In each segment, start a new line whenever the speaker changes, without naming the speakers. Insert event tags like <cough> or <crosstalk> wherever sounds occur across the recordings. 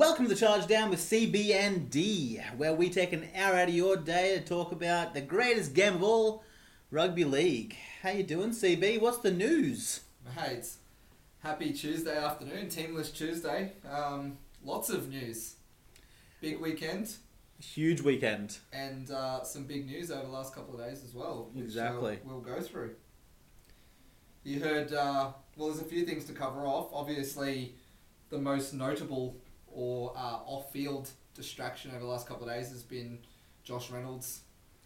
Lounge Down with CBND, where we take an hour out of your day to talk about the greatest game of all, rugby league. How you doing, CB? What's the news?
Hey, it's happy Tuesday afternoon, Teamless Tuesday. Um, lots of news. Big weekend
Huge weekend.
and uh, some big news over the last couple of days as well. Which, uh,
Exactly.
we'll go through. You heard, uh, well, there's a few things to cover off. Obviously, the most notable or uh, off field distraction over the last couple of days has been Josh Reynolds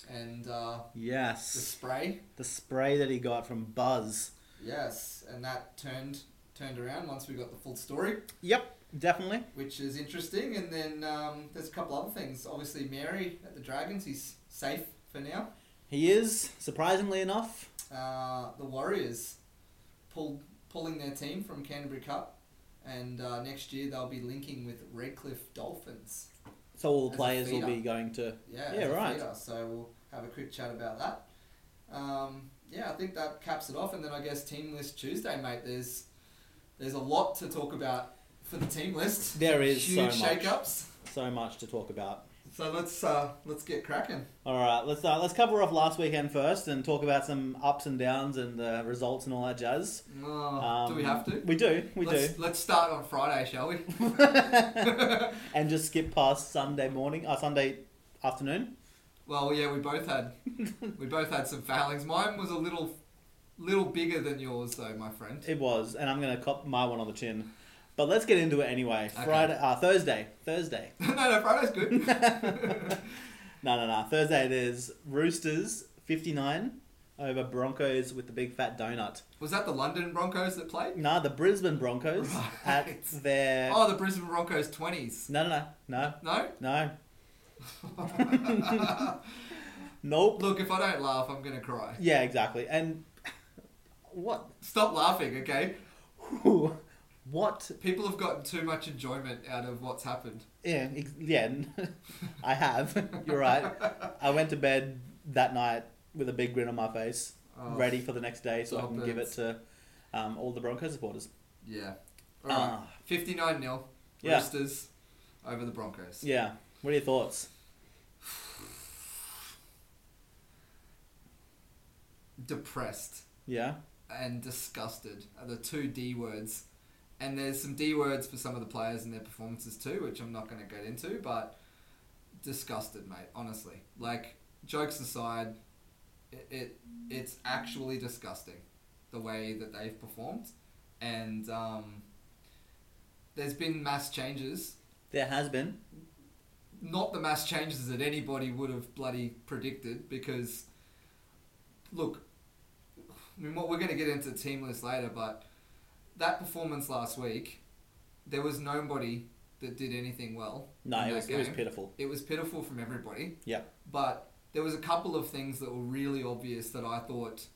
and uh, the
Yes,
spray.
the spray that he got from Buzz.
Yes, and that turned turned around once we got the full story,
Yep, definitely.
which is interesting. And then um, there's a couple other things. Obviously, Mary at the Dragons, he's safe for now.
He is, surprisingly enough.
Uh, the Warriors pulled pulling their team from Canterbury Cup, and uh, next year they'll be linking with Redcliffe Dolphins.
So all
As
the
a
players will
feeder.
be going to.
Yeah,
Yeah,
as a
right.
feeder. So we'll have a quick chat about that. Um, yeah, I think that caps it off, and then I guess team list Tuesday, mate. There's there's a lot to talk about for the team list.
There is so
huge
much.
shake-ups.
So much to talk about.
So let's uh, let's get cracking.
All right, let's uh, let's cover off last weekend first and talk about some ups and downs and the results and all that jazz.
Oh, do
Um,
we have to?
We do, we
let's,
do.
Let's start on Friday, shall we? <laughs>
and just skip past Sunday morning, uh, Sunday afternoon. <laughs>
well, yeah, we both had we both had some failings. Mine was a little little bigger than yours, though, my friend. <laughs>
It was, and I'm gonna cop my one on the chin. But let's get into it anyway.
Okay.
Friday, uh, Thursday, Thursday.
no, no,
<laughs>
Friday's good.
No, no, no. Thursday there's Roosters 59 over Broncos with the big fat donut.
was that the London Broncos that played?
Nah, the Brisbane Broncos
Right.
at their.
<laughs> Oh, the Brisbane Broncos 20s.
No, no, no,
No?
<laughs> no, no. Nope.
Look, if I don't laugh, I'm going to cry.
Yeah, exactly. And what? <laughs>
Stop laughing, okay?
what?
People have gotten too much enjoyment out of what's happened. <laughs>
Yeah, ex- yeah. <laughs> I have. You're right.
Oh,
I went to bed that night with a big grin on my face,
Oh,
ready for the next day, so I
stop
can
it.
give it to um, all the Broncos supporters.
Yeah. All right.
Ah.
59 0.
Yeah.
Roosters over the Broncos.
Yeah. What are your thoughts?
Depressed
Yeah.
and disgusted are the two D words. And there's some D words for some of the players and their performances too, which I'm not going to get into, but disgusted, mate, honestly. Like, jokes aside, it, it it's actually disgusting the way that they've performed. And um, there's been mass changes
There has been.
not the mass changes that anybody would have bloody predicted because look I mean what we're going to get into the team list later but that performance last week there was nobody that did anything well
No,
in
it
that
was, it was
game.
pitiful.
it was pitiful from everybody
Yeah.
but there was a couple of things that were really obvious that I thought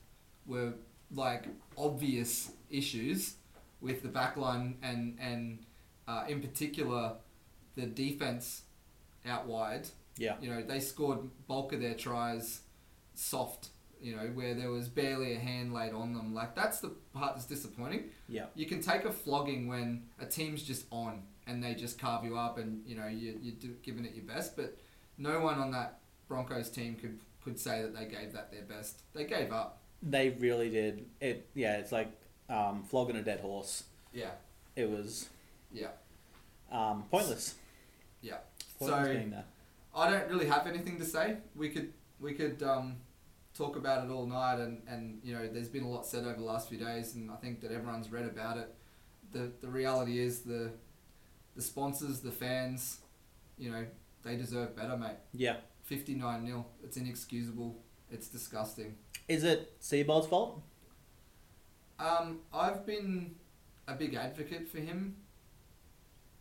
were like obvious issues with the backline and and uh, in particular the defense out wide.
Yeah.
You know they scored bulk of their tries soft. You know where there was barely a hand laid on them. Like that's the part that's disappointing
Yeah.
you can take a flogging when a team's just on and they just carve you up and you know you, you're do- giving it your best but no one on that broncos team could could say that they gave that their best they gave up
They really did. It. Yeah. It's like um, flogging a dead horse.
yeah
It was
yeah
um, pointless.
yeah
Pointless
so
being there.
i don't really have anything to say we could we could um, talk about it all night and and you know there's been a lot said over the last few days and i think that everyone's read about it the the reality is the the sponsors the fans you know they deserve better mate
Yeah.
59 0. It's inexcusable. It's disgusting.
Is it Seabold's fault?
Um, I've been a big advocate for him,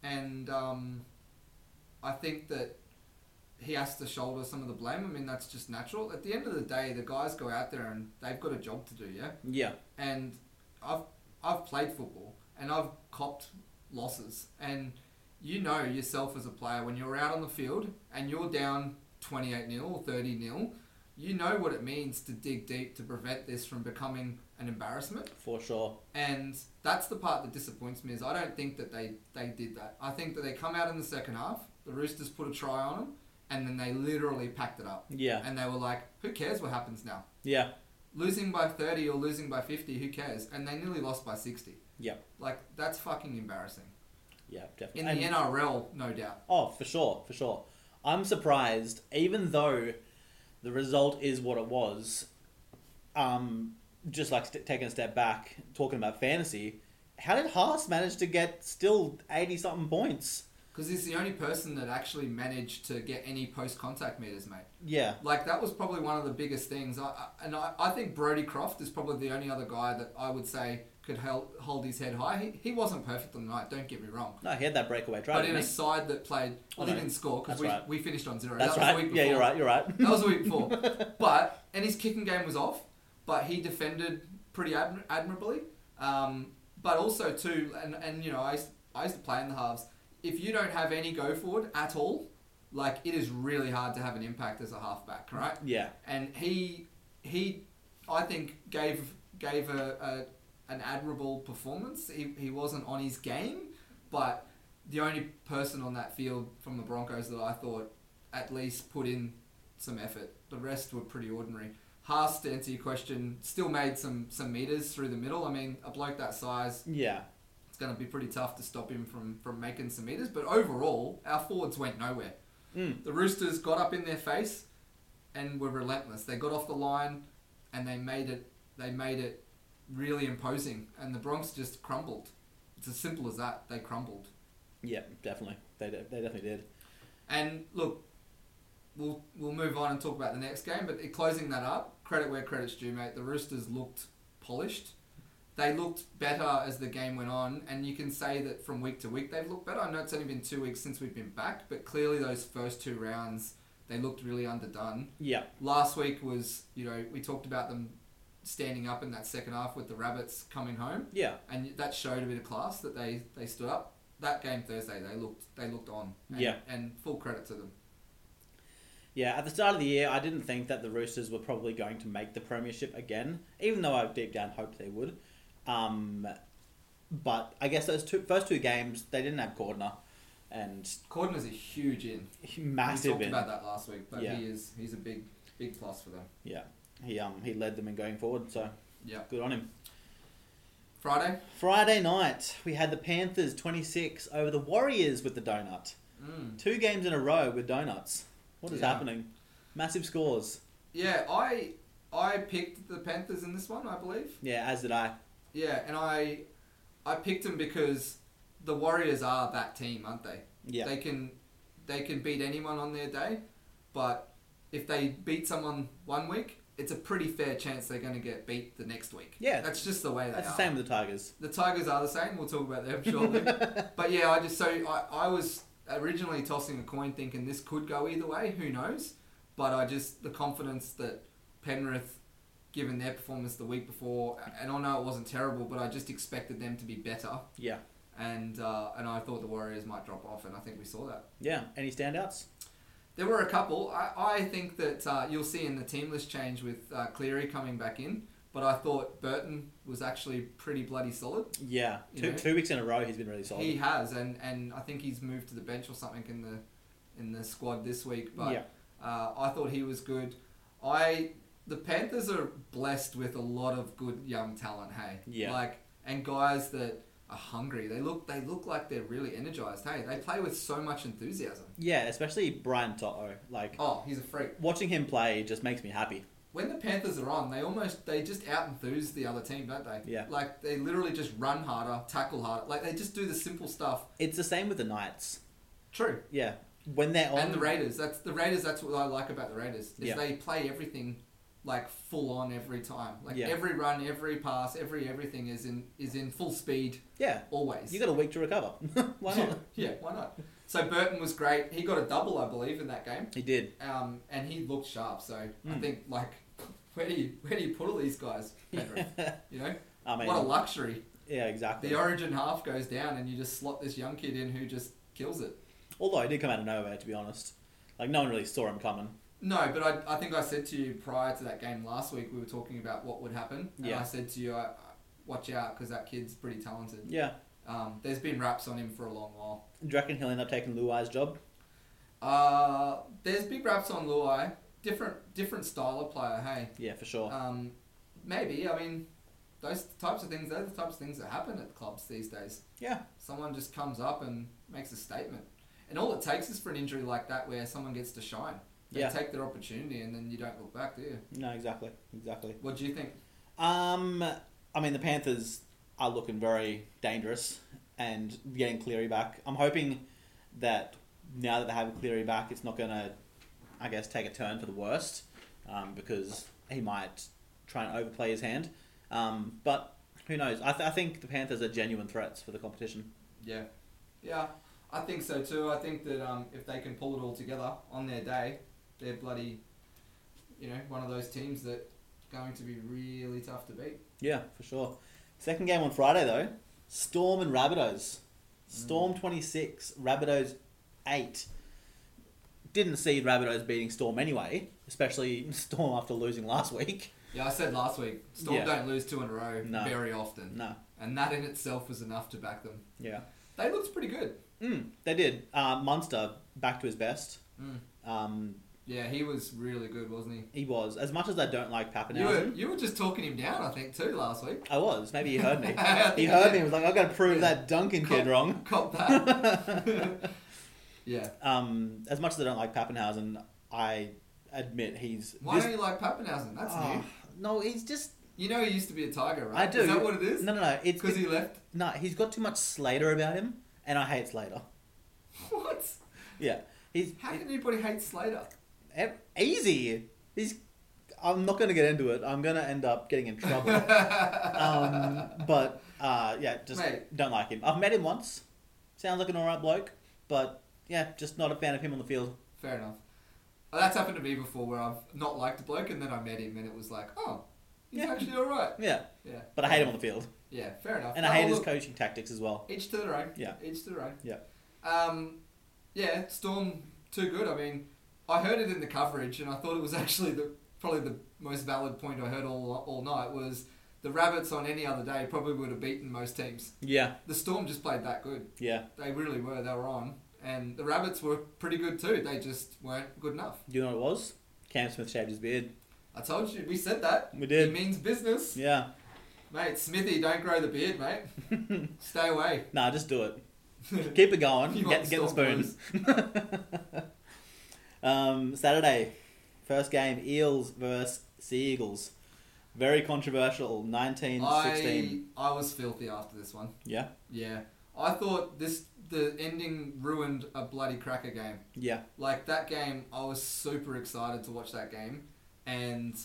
and um, I think that he has to shoulder some of the blame. I mean, that's just natural. At the end of the day, the guys go out there and they've got a job to do, yeah?
Yeah.
and I've I've played football and I've copped losses and you know yourself as a player when you're out on the field and you're down 28 0 or 30 0 you know what it means to dig deep to prevent this from becoming an embarrassment
For sure.
and that's the part that disappoints me is I don't think that they they did that I think that they come out in the second half The Roosters put a try on them, and then they literally packed it up.
Yeah.
And they were like, "Who cares what happens now?
Yeah.
Losing by thirty or losing by fifty, who cares?" And they nearly lost by sixty.
Yep.
Like that's fucking embarrassing.
Yeah. Definitely. And-
In the NRL, no doubt.
Oh, for sure, for sure. I'm surprised, even though the result is what it was. Um, just like st- taking a step back, talking about fantasy, how did Haas manage to get still eighty something points?
Because he's the only person that actually managed to get any post contact meters, mate.
Yeah,
Like that was probably one of the biggest things. I, I- and I, I think Brody Croft is probably the only other guy that I would say could held, hold his head high. He, he wasn't perfect on the night. Don't get me wrong.
no, he had that breakaway try.
But in
didn't
a
he?
side that played, well, he
No,
didn't score
that's
because we,
right.
we finished on zero.
That's
that was The
right.
week
Yeah, you're
before.
right. You're right.
That was the week before. but and his kicking game was off, but he defended pretty admir- admirably. Um, but also too, and, and you know, I used, I used to play in the halves. If you don't have any go forward at all, like it is really hard to have an impact as a halfback, right?
<laughs> yeah,
And he he, I think gave gave a, a an admirable performance. He he wasn't on his game, but the only person on that field from the Broncos that I thought at least put in some effort. The rest were pretty ordinary. Haas, to answer your question, still made some some meters through the middle. I mean, a bloke that size,
yeah,
it's going to be pretty tough to stop him from from making some meters. But overall, our forwards went nowhere.
Mm.
The Roosters got up in their face and were relentless. They got off the line and they made it they made it really imposing and the Bronx just crumbled. It's as simple as that. They crumbled.
yeah. Definitely, they de- they definitely did.
And look, we'll we'll move on and talk about the next game, but i- closing that up, credit where credit's due, mate. The Roosters looked polished. They looked better as the game went on, and you can say that from week to week they've looked better. I know it's only been two weeks since we've been back, but clearly those first two rounds they looked really underdone
Yeah,
last week was you know we talked about them standing up in that second half with the rabbits coming home
yeah,
and that showed a bit of class that they they stood up that game thursday they looked they looked on and,
Yeah.
and full credit to them
yeah. At the start of the year, I didn't think that the Roosters were probably going to make the premiership again, even though I deep down hoped they would. Um, but I guess those two first two games they didn't have Cordner, and
Corden is a huge in we
massive
talked
in.
about that last week but
Yeah.
he is he's a big big plus for them
Yeah, he um he led them in going forward, so
yeah
good on him.
friday
Friday night we had the Panthers twenty six over the Warriors with the donut.
mm.
Two games in a row with donuts. What is
Yeah.
happening? Massive scores.
yeah i i picked the panthers in this one i believe
Yeah, as did I.
yeah and i i picked them because the warriors are that team aren't they
Yeah,
They can they can beat anyone on their day, but if they beat someone one week, it's a pretty fair chance they're going to get beat the next week.
Yeah.
that's just the way they
that's the
are.
same with the Tigers.
The Tigers are the same. We'll talk about them <laughs> shortly. but yeah, I just so I, I was originally tossing a coin, thinking this could go either way. Who knows? But I just the confidence that Penrith, given their performance the week before, and I know it wasn't terrible, but I just expected them to be better,
<laughs> Yeah,
and uh, and I thought the Warriors might drop off, and I think we saw that.
yeah. Any standouts?
There were a couple. I, I think that uh, you'll see in the team list change with uh, Cleary coming back in, but I thought Burton was actually pretty bloody solid.
Yeah,
You
two,
know?
two weeks in a row he's been really solid.
He has, and, and I think he's moved to the bench or something in the in the squad this week. But
yeah,
uh, I thought he was good. I the Panthers are blessed with a lot of good young talent. Hey,
Yeah.
like and guys that are hungry. They look they look like they're really energized. Hey, they play with so much enthusiasm.
yeah. Especially Brian Toto. Like
Oh, he's a freak.
watching him play just makes me happy.
when the Panthers are on, they almost they just out enthuse the other team, don't they?
Yeah.
Like they literally just run harder, tackle harder. Like they just do the simple stuff.
It's the same with the Knights.
True.
Yeah, when they're on
And the Raiders. That's the Raiders. That's what I like about the Raiders is
Yeah.
they play everything like full on every time. Like
Yeah.
every run, every pass, every everything is in is in full speed
Yeah,
always.
you got a week to recover. <laughs>
<laughs>
Why not?
yeah. Why not? So Burton was great. He got a double, I believe, in that game.
He did.
Um, and he looked sharp. So I
Mm.
think like. <laughs> Where do you where do you put all these guys, Penrith? you know,
<laughs> I mean,
what a luxury!
yeah, exactly.
The origin half goes down, and you just slot this young kid in who just kills it.
Although it did come out of nowhere, to be honest. Like no one really saw him coming.
No, but I, I think I said to you prior to that game last week, we were talking about what would happen. And
Yeah.
I said to you, I, I- watch out because that kid's pretty talented.
Yeah.
Um, there's been raps on him for a long while.
Do you reckon he'll end up taking Luai's job?
Uh, there's big raps on Luai. Different different style of player, hey.
Yeah, for sure.
Um, maybe I mean, those types of things. They're the types of things that happen at clubs these days.
yeah,
Someone just comes up and makes a statement, and all it takes is for an injury like that where someone gets to shine. They
Yeah.
take their opportunity, and then you don't look back, do you?
no, exactly, exactly.
What do you think?
Um, I mean, the Panthers are looking very dangerous and getting Cleary back. I'm hoping that now that they have Cleary back, it's not going to, I guess, take a turn for the worst um, because he might try and overplay his hand. Um, but who knows? I, th- I think the Panthers are genuine threats for the competition.
Yeah, yeah, I think so too. I think that um, if they can pull it all together on their day, they're bloody, you know, one of those teams that going to be really tough to beat.
Yeah, for sure. Second game on Friday, though Storm and Rabbitohs.
Mm.
Storm 26, Rabbitohs 8. Didn't see Rabbitohs beating Storm anyway, especially <laughs> Storm after losing last week.
Yeah, I said last week, Storm
Yeah.
don't lose two in a row
No.
very often,
No,
and that in itself was enough to back them.
yeah.
They looked pretty good.
Mm, they did. Uh, Munster back to his best.
Mm.
Um,
Yeah, he was really good, wasn't he?
he was. As much as I don't like
You were,
Pappenhausen,
you were just talking him down, I think, too, last week.
I was. Maybe he
<laughs>
heard me.
I
he
think
heard
did.
me and was like, I've got to prove
Yeah.
that Duncan kid wrong.
Cop
<laughs>
that. <laughs> yeah.
Um, as much as I don't like Pappenhausen, I admit he's.
Why
this-
don't you like Pappenhausen? That's
Oh,
new.
No, he's just.
You know he used to be a tiger,
I
right?
do.
Is that what it is?
No, no, no. It's
Because he left. <laughs>
no. He's got too much Slater about him, and I hate Slater.
What?
Yeah, he's
How can anybody hate Slater?
e- easy. He's. I'm not going to get into it. I'm going to end up getting in
<laughs>
trouble. um, but uh, yeah, just
Mate.
don't like him. I've met him once. Sounds like an alright bloke, but yeah, just not a fan of him on the field.
Fair enough. Oh, that's happened to me before, where I've not liked a bloke and then I met him and it was like, oh, he's
Yeah.
actually all right.
Yeah,
Yeah.
but I hate him on the field,
Yeah, fair enough.
and I hate
Oh,
his
look,
coaching tactics as well.
Each to their own.
Yeah.
Each to their own.
Yeah.
Um, yeah, Storm too good. I mean, I heard it in the coverage, and I thought it was <laughs> actually the probably the most valid point I heard all all night was the Rabbits on any other day probably would have beaten most teams.
Yeah,
The Storm just played that good.
yeah.
They really were. They were on, and the Rabbits were pretty good too. They just weren't good enough.
Do you know what it was? Cam Smith shaved his beard.
I told you, we said that.
We did.
It means business,
Yeah. <laughs>
mate. Smithy, don't grow the beard, mate. Stay away.
Nah, just do it. Keep it going.
You
get
want
get the
Storm
spoon. <laughs> um, Saturday, first game Eels versus Sea Eagles. Very controversial. 19
<laughs> I
16.
I was filthy after this one.
Yeah.
Yeah, I thought this the ending ruined a bloody cracker game.
Yeah.
Like that game, I was super excited to watch that game, and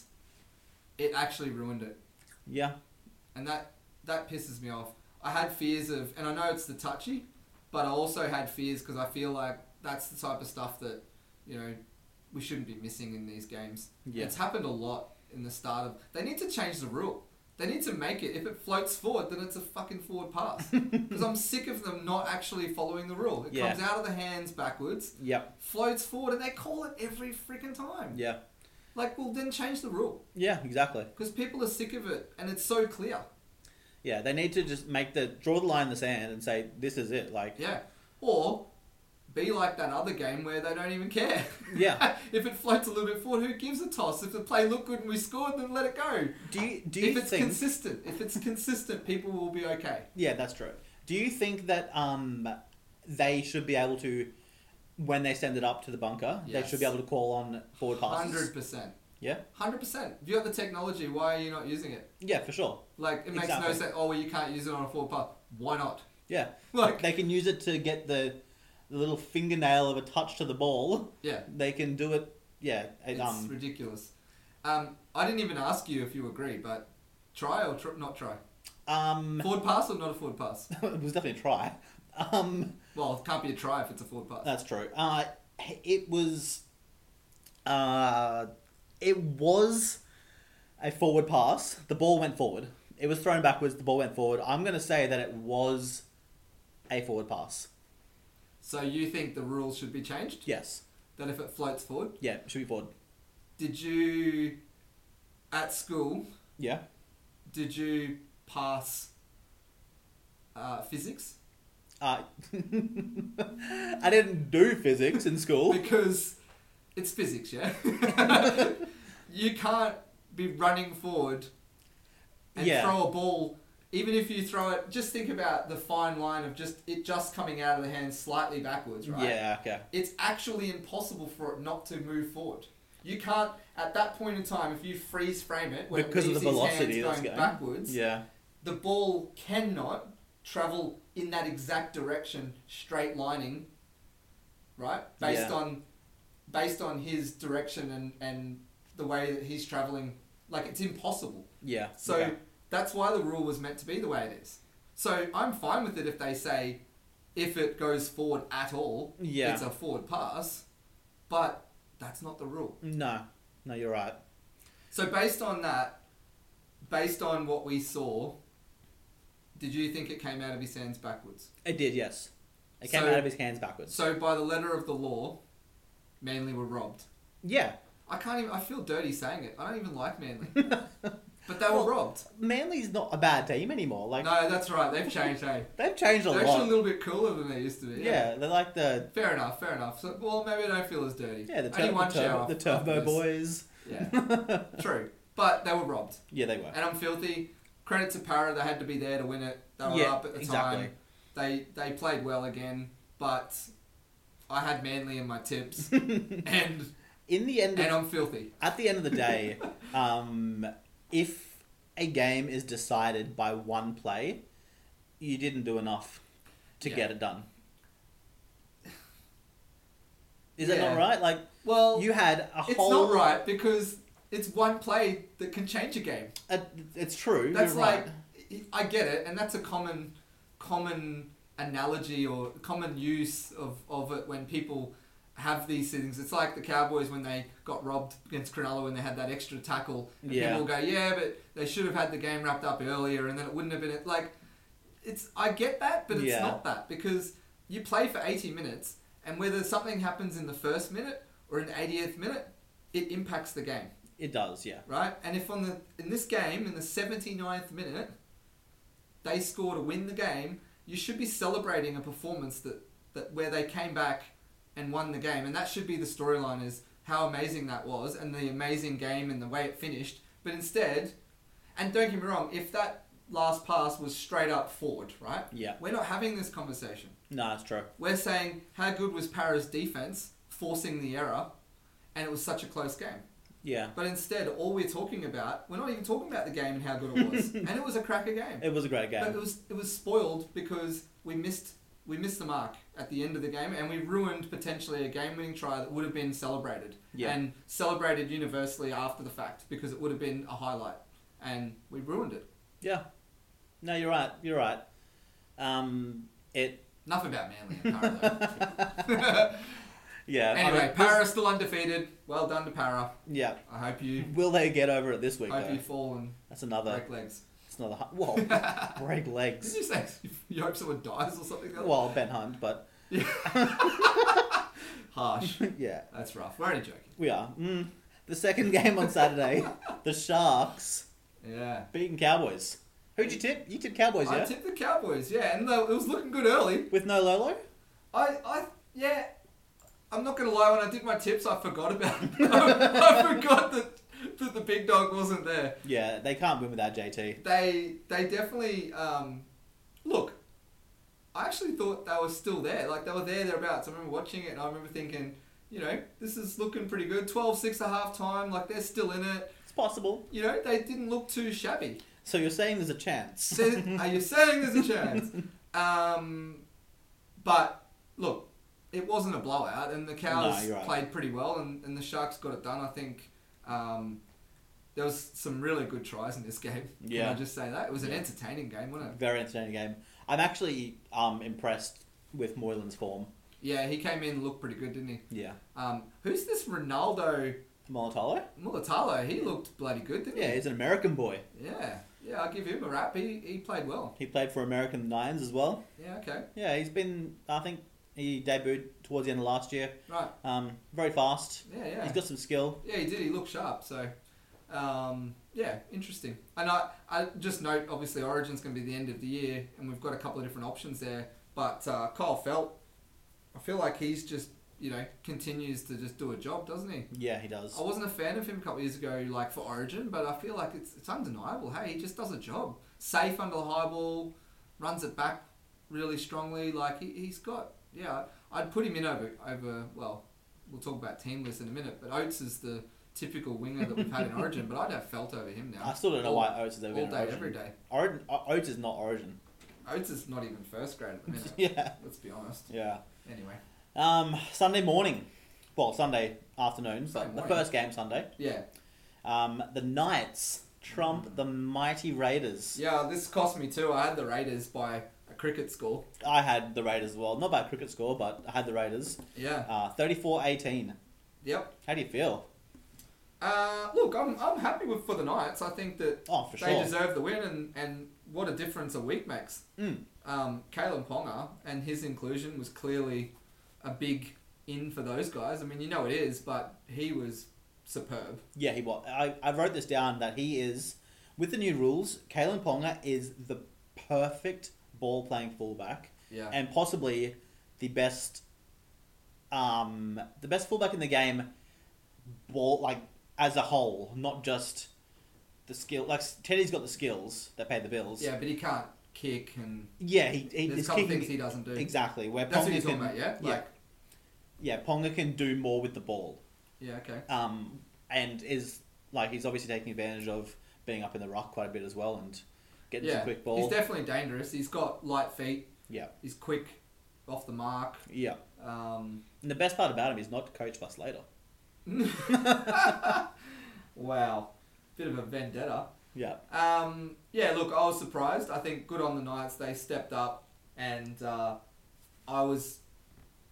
it actually ruined it.
Yeah.
and that that pisses me off. I had fears of, and I know it's the touchy, but I also had fears because I feel like that's the type of stuff that you know we shouldn't be missing in these games.
Yeah.
It's happened a lot in the start of. They need to change the rule. They need to make it if it floats forward, then it's a fucking forward
<laughs>
pass. Because I'm sick of them not actually following the rule. It
Yeah.
comes out of the hands backwards,
Yep.
floats forward, and they call it every freaking time.
Yeah.
Like, well, then change the rule
Yeah, exactly.
because people are sick of it, and it's so clear.
Yeah, they need to just make the draw the line in the sand and say this is it. Like,
Yeah. Or be like that other game where they don't even care.
Yeah.
<laughs> if it floats a little bit forward, who gives a toss? If the play looked good and we scored, then let it go.
do you do you
If it's
think?
consistent, if it's consistent, people will be okay.
Yeah, that's true. Do you think that um, they should be able to, when they send it up to the bunker, they
Yes.
should be able to call on forward passes?
Hundred percent.
Yeah,
Hundred percent. If you have the technology, why are you not using it?
yeah, for sure.
Like it makes
Exactly.
no sense. Oh, well, you can't use it on a forward pass. Why not? <laughs>
Yeah,
Like
they can use it to get the, the little fingernail of a touch to the ball.
yeah,
They can do it. Yeah, it,
it's
um,
ridiculous. Um, I didn't even ask you if you agree, but try or tr- not try.
um, <laughs>
Forward pass or not a forward pass?
it was definitely a try. Um,
Well, it can't be a try if it's a forward pass.
That's true. Uh, it was, uh, it was a forward pass. The ball went forward. It was thrown backwards. The ball went forward. I'm gonna say that it was a forward pass.
So you think the rules should be changed?
Yes.
That if it floats forward?
Yeah. it Should be forward.
Did you, at school,
Yeah.
did you pass uh, physics?
Uh, <laughs> I didn't do physics in <laughs>
<laughs>
school.
because it's physics, yeah. <laughs> you can't be running forward and
Yeah.
throw a ball, even if you throw it. Just think about the fine line of just it just coming out of the hand slightly backwards, right?
Yeah, okay.
It's actually impossible for it not to move forward. You can't at that point in time if you freeze frame it when
Because
it
of the
leaves his
velocity
hands
that's going.
going, backwards.
Yeah.
The ball cannot travel in that exact direction, straight lining, right? Based
Yeah.
on based on his direction and, and the way that he's traveling, like it's impossible.
Yeah.
So
okay.
that's why the rule was meant to be the way it is. So I'm fine with it if they say if it goes forward at all,
Yeah.
it's a forward pass, but that's not the rule.
No. No, you're right.
So based on that, based on what we saw, did you think it came out of his hands backwards?
It did, yes. It came
So-
out of his hands backwards.
So by the letter of the law, Manly were robbed.
Yeah.
I can't even. I feel dirty saying it. I don't even
<laughs>
like Manly, but they were
Well,
robbed.
Manly's not a bad team anymore. Like
No, that's right. They've changed. Hey,
they've changed a
they're
lot.
actually a little bit cooler than they used to be.
yeah. they're like the
Fair enough. Fair enough. So, well, maybe I don't feel as dirty.
yeah the, tur-
Only
the,
one
tur-
shower.
the
after
Turbo
this.
Boys. <laughs>
Yeah, true. But they were robbed.
Yeah, they were.
<laughs> and I'm filthy. Credit to Para, they had to be there to win it. They were
Yeah,
up at the
exactly.
time. They they played well again, but I had Manly in
<laughs>
my tips, and
In the end,
and I'm filthy.
at the end of the day, <laughs> um, if a game is decided by one play, you didn't do enough to
Yeah.
get it done. Is that
Yeah.
not right? Like
Well,
you had a
it's
whole.
not right because it's one play that can change a game.
a- it's true.
That's
you're
like
right.
I get it, and that's a common common analogy or common use of, of it when people have these things. It's like the Cowboys when they got robbed against Cronulla when they had that extra tackle. And
Yeah.
people go, Yeah, but they should have had the game wrapped up earlier and then it wouldn't have been it like it's I get that, but it's
Yeah.
not that because you play for eighty minutes and whether something happens in the first minute or in the eightieth minute, it impacts the game
It does, yeah.
right? And if on the in this game in the 79th minute they score to win the game, you should be celebrating a performance that, that where they came back and won the game, and that should be the storyline is how amazing that was and the amazing game and the way it finished. But instead, and don't get me wrong, if that last pass was straight up forward, right?
Yeah.
We're not having this conversation.
No, it's true.
We're saying how good was Paris defense forcing the error, and it was such a close game.
Yeah.
But instead, all we're talking about, we're not even talking about the game and how good
<laughs>
it was. and it was a cracker game.
It was a great
But it
game.
was it was spoiled because we missed we missed the mark at the end of the game, and we ruined potentially a game-winning try that would have been celebrated
Yeah.
and celebrated universally after the fact because it would have been a highlight, and we ruined it.
Yeah. No, you're right. You're right. Um, it. <laughs>
Enough about Manly and Para. though. <laughs>
Yeah. I
anyway,
mean,
Para still undefeated. Well done to Para.
Yeah.
I hope you
Will they get over it this week?
hope
Though?
you fall and
That's another.
break legs.
It's another. hu- Whoa. break
Did
legs.
you say <laughs> you hope someone dies or something?
Well, Ben Hunt, but
Harsh.
yeah,
That's rough. We're only joking.
we are. Mm. The second game on Saturday, the Sharks
Yeah.
beating Cowboys. Who'd you tip? You tipped Cowboys,
I
yeah?
tipped the Cowboys, yeah, and though it was looking good early.
With no Lolo?
I, I, yeah, I'm not gonna lie. When I did my tips, I forgot about. <laughs> I, forgot that that the big dog wasn't there.
Yeah, they can't win without JT.
They, they definitely. Um, look, I actually thought they were still there. Like they were there thereabouts. I remember watching it, and I remember thinking, you know, this is looking pretty good. 12-6 at half time. Like they're still in it.
It's possible.
You know, they didn't look too shabby.
So you're saying there's a chance?
Say- are you saying there's a chance? Um, but look, it wasn't a blowout, and the Cows
No, you're right.
played pretty well, and, and the Sharks got it done. I think um, there was some really good tries in this game.
Yeah.
Can I just say that? It was an
Yeah.
entertaining game, wasn't it?
Very entertaining game. I'm actually um, impressed with Moylan's form.
Yeah, he came in and looked pretty good, didn't he?
Yeah.
Um, who's this Ronaldo
Molotalo?
Mulatalo? He looked bloody good, didn't
Yeah,
he?
he's an American boy.
Yeah. Yeah, I'll give him a rap. He, he played well.
He played for American Nines as well.
Yeah, okay.
Yeah, he's been, I think he debuted towards the end of last year.
Right.
Um, very fast.
Yeah, yeah.
He's got some skill.
Yeah, he did. He looked sharp. So, um, yeah, interesting. And I, I just note obviously Origin's going to be the end of the year, and we've got a couple of different options there. But uh, Kyle Felt, I feel like he's just you know continues to just do a job, doesn't he?
Yeah, he does.
I wasn't a fan of him a couple of years ago, like for Origin, but I feel like it's it's undeniable. Hey, he just does a job. Safe under the high ball, runs it back really strongly. Like he he's got yeah. I'd put him in over over well. We'll talk about team list in a minute, but Oates is the typical winger that we've had in Origin, but I'd have felt over him now.
I still don't know
all,
why Oates has ever
all
been
day,
Origin.
every day.
Origin. O- Oates is not Origin. <laughs>
Oates is not even first grade at the minute.
yeah,
Let's be honest.
yeah.
Anyway,
Um, Sunday morning, well, Sunday afternoon,
Sunday
but the
morning.
first game Sunday.
yeah,
Um, the Knights trump the mighty Raiders.
Mm. yeah. This cost me too. I had the Raiders by a cricket score.
I had the Raiders as well, not by a cricket score, but I had the Raiders.
Yeah.
Uh, 34-18.
Yep.
How do you feel?
Uh, look, I'm I'm happy with for the Knights. I think that
Oh, for
they
sure.
deserve the win, and and what a difference a week makes.
Mm.
Um, Kalen Ponga and his inclusion was clearly a big in for those guys. I mean, you know it is, but he was superb.
Yeah, he was. I, I wrote this down that he is, with the new rules, Kalen Ponga is the perfect ball playing fullback
Yeah.
and possibly the best, um, the best fullback in the game, ball like as a whole, not just the skill. Like Teddy's got the skills that pay the bills.
yeah, but he can't kick, and
yeah. He, he
there's a
his
couple
kicking
things he doesn't do.
exactly where
That's what
Ponga
you're talking
can
about, yeah?
yeah
Like,
yeah Ponga can do more with the ball.
yeah, okay.
um, and is like he's obviously taking advantage of being up in the rock quite a bit as well and getting
Yeah,
some quick ball.
he's definitely dangerous. He's got light feet.
yeah,
He's quick, off the mark.
yeah.
Um, <laughs>
And the best part about him is not coached by Slater.
wow, bit of a vendetta.
Yeah,
Um, yeah, look, I was surprised. I think good on the Knights. They stepped up, and uh, I was,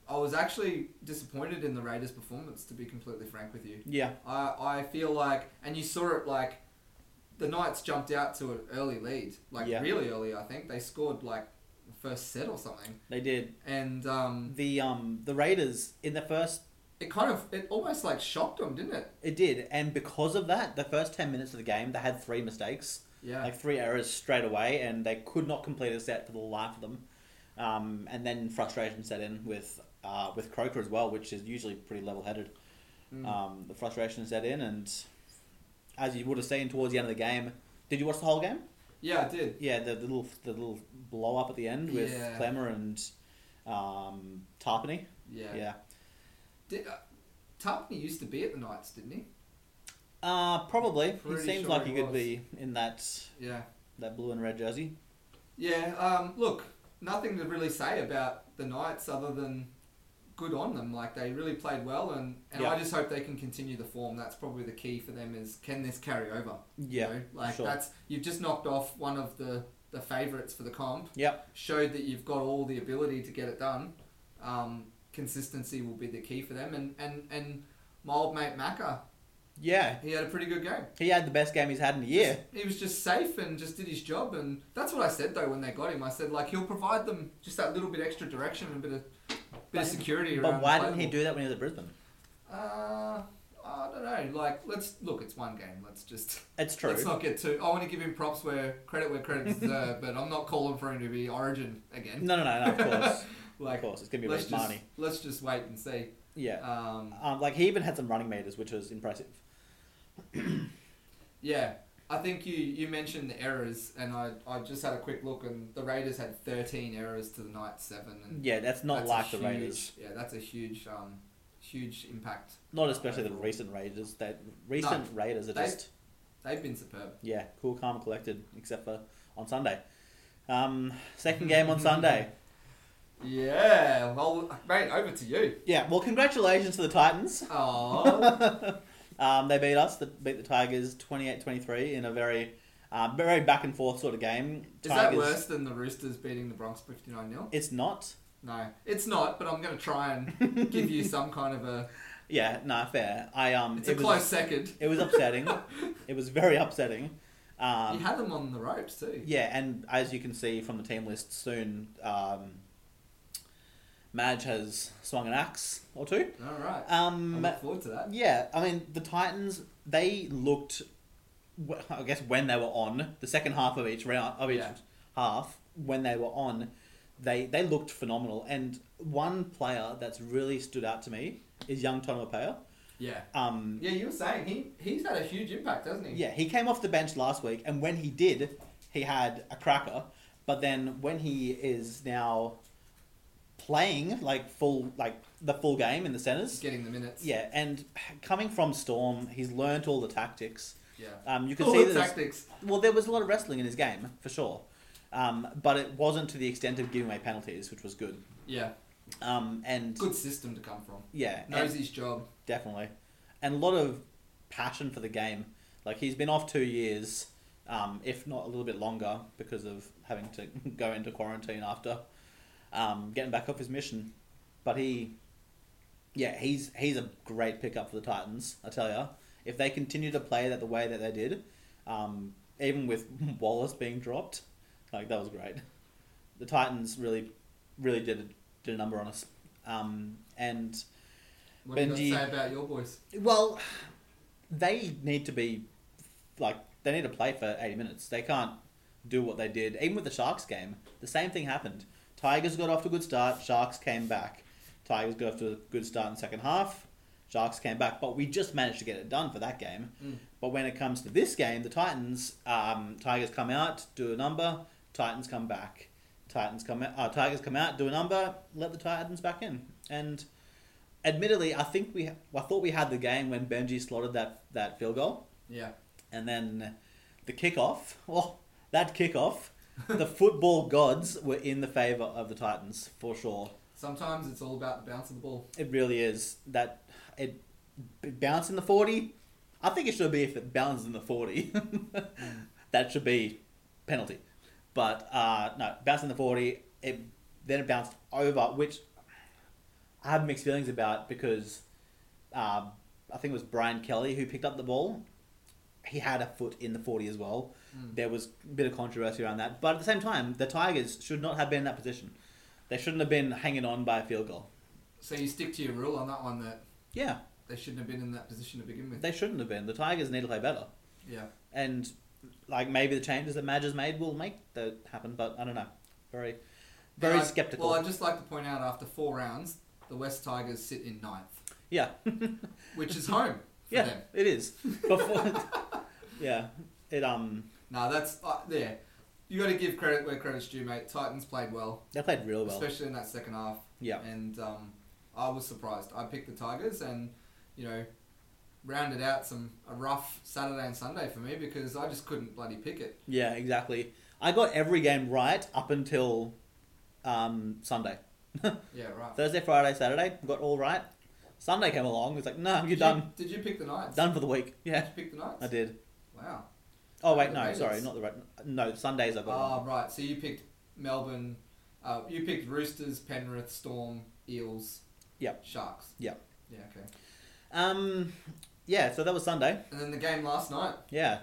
I was actually disappointed in the Raiders' performance. To be completely frank with you,
yeah,
I I feel like, and you saw it like, the Knights jumped out to an early lead, like
Yeah.
really early. I think they scored like the first set or something,
they did.
and um,
The um the Raiders in the first
it kind of it almost like shocked them, didn't it?
it did, and because of that, the first ten minutes of the game they had three mistakes,
Yeah.
like three errors straight away, and they could not complete a set for the life of them. Um, and then frustration set in with uh, with Croker as well, which is usually pretty level headed.
Mm.
um, the frustration set in, and as you would have seen towards the end of the game, did you watch the whole game?
yeah, it did.
Yeah, the, the little the little blow up at the end with
Yeah.
Clemmer and um, Tarpany.
Yeah.
Yeah.
Did, uh, Tarpany used to be at the Knights, didn't he?
Uh, probably.
Pretty
he seems
sure
like
he
he could
was.
be in that
Yeah.
that blue and red jersey.
Yeah, um, look, nothing to really say about the Knights other than good on them. Like, they really played well, and, and I
Yeah.
just hope they can continue the form. That's probably the key for them is can this carry over? you
Yeah,
know? Like,
sure.
that's you've just knocked off one of the, the favourites for the comp,
Yep.
showed that you've got all the ability to get it done. Um, consistency will be the key for them. And, and, and my old mate Macca,
Yeah,
he had a pretty good game.
he had the best game he's had in a year.
He was just safe and just did his job, and that's what I said though when they got him. I said like he'll provide them just that little bit extra direction and a bit of bit
But-
of security. around
But
the
why
play
didn't he
ball.
do that when he was at Brisbane?
Uh, I don't know. Like let's look. It's one game. Let's just
It's true.
let's not get too. I want to give him props where credit where credit's
<laughs>
deserved, but I'm not calling for him to be Origin again.
No, no, no, no. Of
<laughs>
course, of
like
course, it's gonna be
let's
with
just
Marnie.
let's just wait and see.
Yeah.
Um,
Um, like he even had some running meters, which was impressive.
Yeah, I think you, you mentioned the errors, and I, I just had a quick look, and the Raiders had 13 errors to the Knights seven, and
Yeah, that's not
that's a
like the
huge-
Raiders.
Yeah, that's a huge um, huge impact.
Not especially the recent Raiders. That recent Raiders are
They-
just
They've been superb.
yeah, cool, calm, and collected, except for on Sunday. Um, second game on
<laughs>
Sunday.
Yeah, well, mate, over to you.
Yeah, well, congratulations to the Titans.
<laughs> Oh,
Um, they beat us. The, beat the Tigers 28-23 in a very, uh, very back and forth sort of game.
is that
Tigers,
worse than the Roosters beating the Bronx 59 0?
It's not.
No, it's not, but I'm going to try and give you some kind of a.
<laughs> Yeah, no, fair. I um,
It's
it
a
was
close second.
it was upsetting. it was very upsetting. Um,
You had them on the ropes, too.
Yeah, and as you can see from the team list soon, um, Madge has swung an axe or two.
All right. I
Um,
look forward to that.
yeah, I mean, the Titans, they looked, w- I guess, when they were on, the second half of each round, of each
Yeah.
half, when they were on, they they looked phenomenal. And one player that's really stood out to me is young Tonopea.
Yeah.
Um,
Yeah, you were saying he he's had a huge impact, hasn't he?
yeah, he came off the bench last week, and when he did, he had a cracker. But then when he is now playing like full like the full game in the centers,
Getting the minutes.
yeah, and coming from Storm, he's learnt all the tactics.
Yeah.
Um, you could
All
see
the
that there's-
tactics.
Well, there was a lot of wrestling in his game for sure, um, but it wasn't to the extent of giving away penalties, which was good.
Yeah.
Um, and
Good system to come from.
yeah, and-
Knows his job.
definitely, and a lot of passion for the game. Like he's been off two years, um, if not a little bit longer, because of having to <laughs> go into quarantine after um, getting back off his mission. But he, yeah, he's he's a great pickup for the Titans. I tell you, if they continue to play that the way that they did, um, even with <laughs> Wallace being dropped, like that was great. The Titans really, really did a, did a number on us, um, and.
What do you got to
Benji-
say about your boys?
Well, they need to be like they need to play for eighty minutes. They can't do what they did. Even with the Sharks game, the same thing happened. Tigers got off to a good start. Sharks came back. Tigers got off to a good start in the second half. Sharks came back, but we just managed to get it done for that game.
Mm.
But when it comes to this game, the Titans, um, Tigers come out, do a number. Titans come back. Titans come out. Uh, Tigers come out, do a number. Let the Titans back in. And admittedly, I think we I thought we had the game when Benji slotted that that field goal,
Yeah.
and then the kickoff. <laughs> Well, that kickoff, the football gods were in the favor of the Titans for sure.
Sometimes it's all about the bounce of the ball.
It really is that it b- bounced in the forty. I think it should be if it bounces in the forty, <laughs> that should be penalty. But uh, no, bounced in the forty. It then it bounced over, which I have mixed feelings about because um, I think it was Brian Kelly who picked up the ball. He had a foot in the forty as well. There was a bit of controversy around that, but at the same time, the Tigers should not have been in that position. They shouldn't have been hanging on by a field goal.
So you stick to your rule on that one that
Yeah,
they shouldn't have been in that position to begin with.
they shouldn't have been. The Tigers need to play better,
Yeah.
and like maybe the changes that Madge has made will make that happen. But I don't know. Very, very
And I-
skeptical.
Well, I'd just like to point out after four rounds, the West Tigers sit in ninth,
yeah, <laughs>
which is home for
yeah,
them.
it is. Before, <laughs> yeah, it um,
No, that's uh, there. You got to give credit where credit's due, mate. Titans played well,
they played real well.
especially in that second half.
Yeah.
And um, I was surprised. I picked the Tigers, and you know, rounded out some a rough Saturday and Sunday for me because I just couldn't bloody pick it.
Yeah, exactly. I got every game right up until um, Sunday. <laughs>
Yeah, right.
Thursday, Friday, Saturday, got all right. Sunday came along, it was like, no, you're
Did
done.
You, did you pick the Knights?
Done for the week. Yeah,
Did you pick the Knights?
I did.
Wow.
Oh, wait,
The
no,
Raiders.
sorry, not the right. No, Sundays I got
Ah,
wrong.
right. So you picked Melbourne. Uh, you picked Roosters, Penrith, Storm, Eels.
Yep.
Sharks.
Yep.
Yeah. Okay.
Um, yeah, so that was Sunday.
And then the game last night.
Yeah.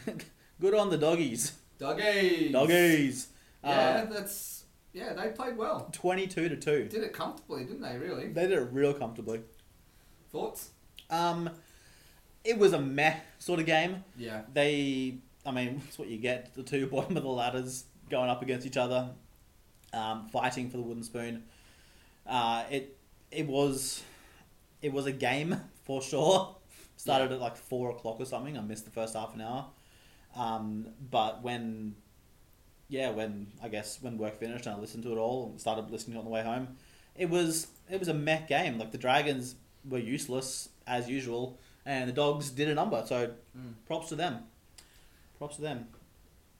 <laughs> Good on the doggies.
Doggies.
Doggies.
Yeah,
Uh,
that's yeah. They played well.
22 to 2.
Did it comfortably, didn't they? Really.
They did it real comfortably.
Thoughts?
Um, it was a meh sort of game.
Yeah.
They, I mean, <laughs> it's what you get the two <laughs> bottom of the ladders going up against each other, um, fighting for the wooden spoon. Uh, it it was it was a game <laughs> for sure. Started at like four o'clock or something. I missed the first half an hour, um, but when yeah, when I guess when work finished and I listened to it all and started listening on the way home, it was it was a meh game. Like the dragons were useless as usual, and the dogs did a number. So
Mm.
props to them. Props to them.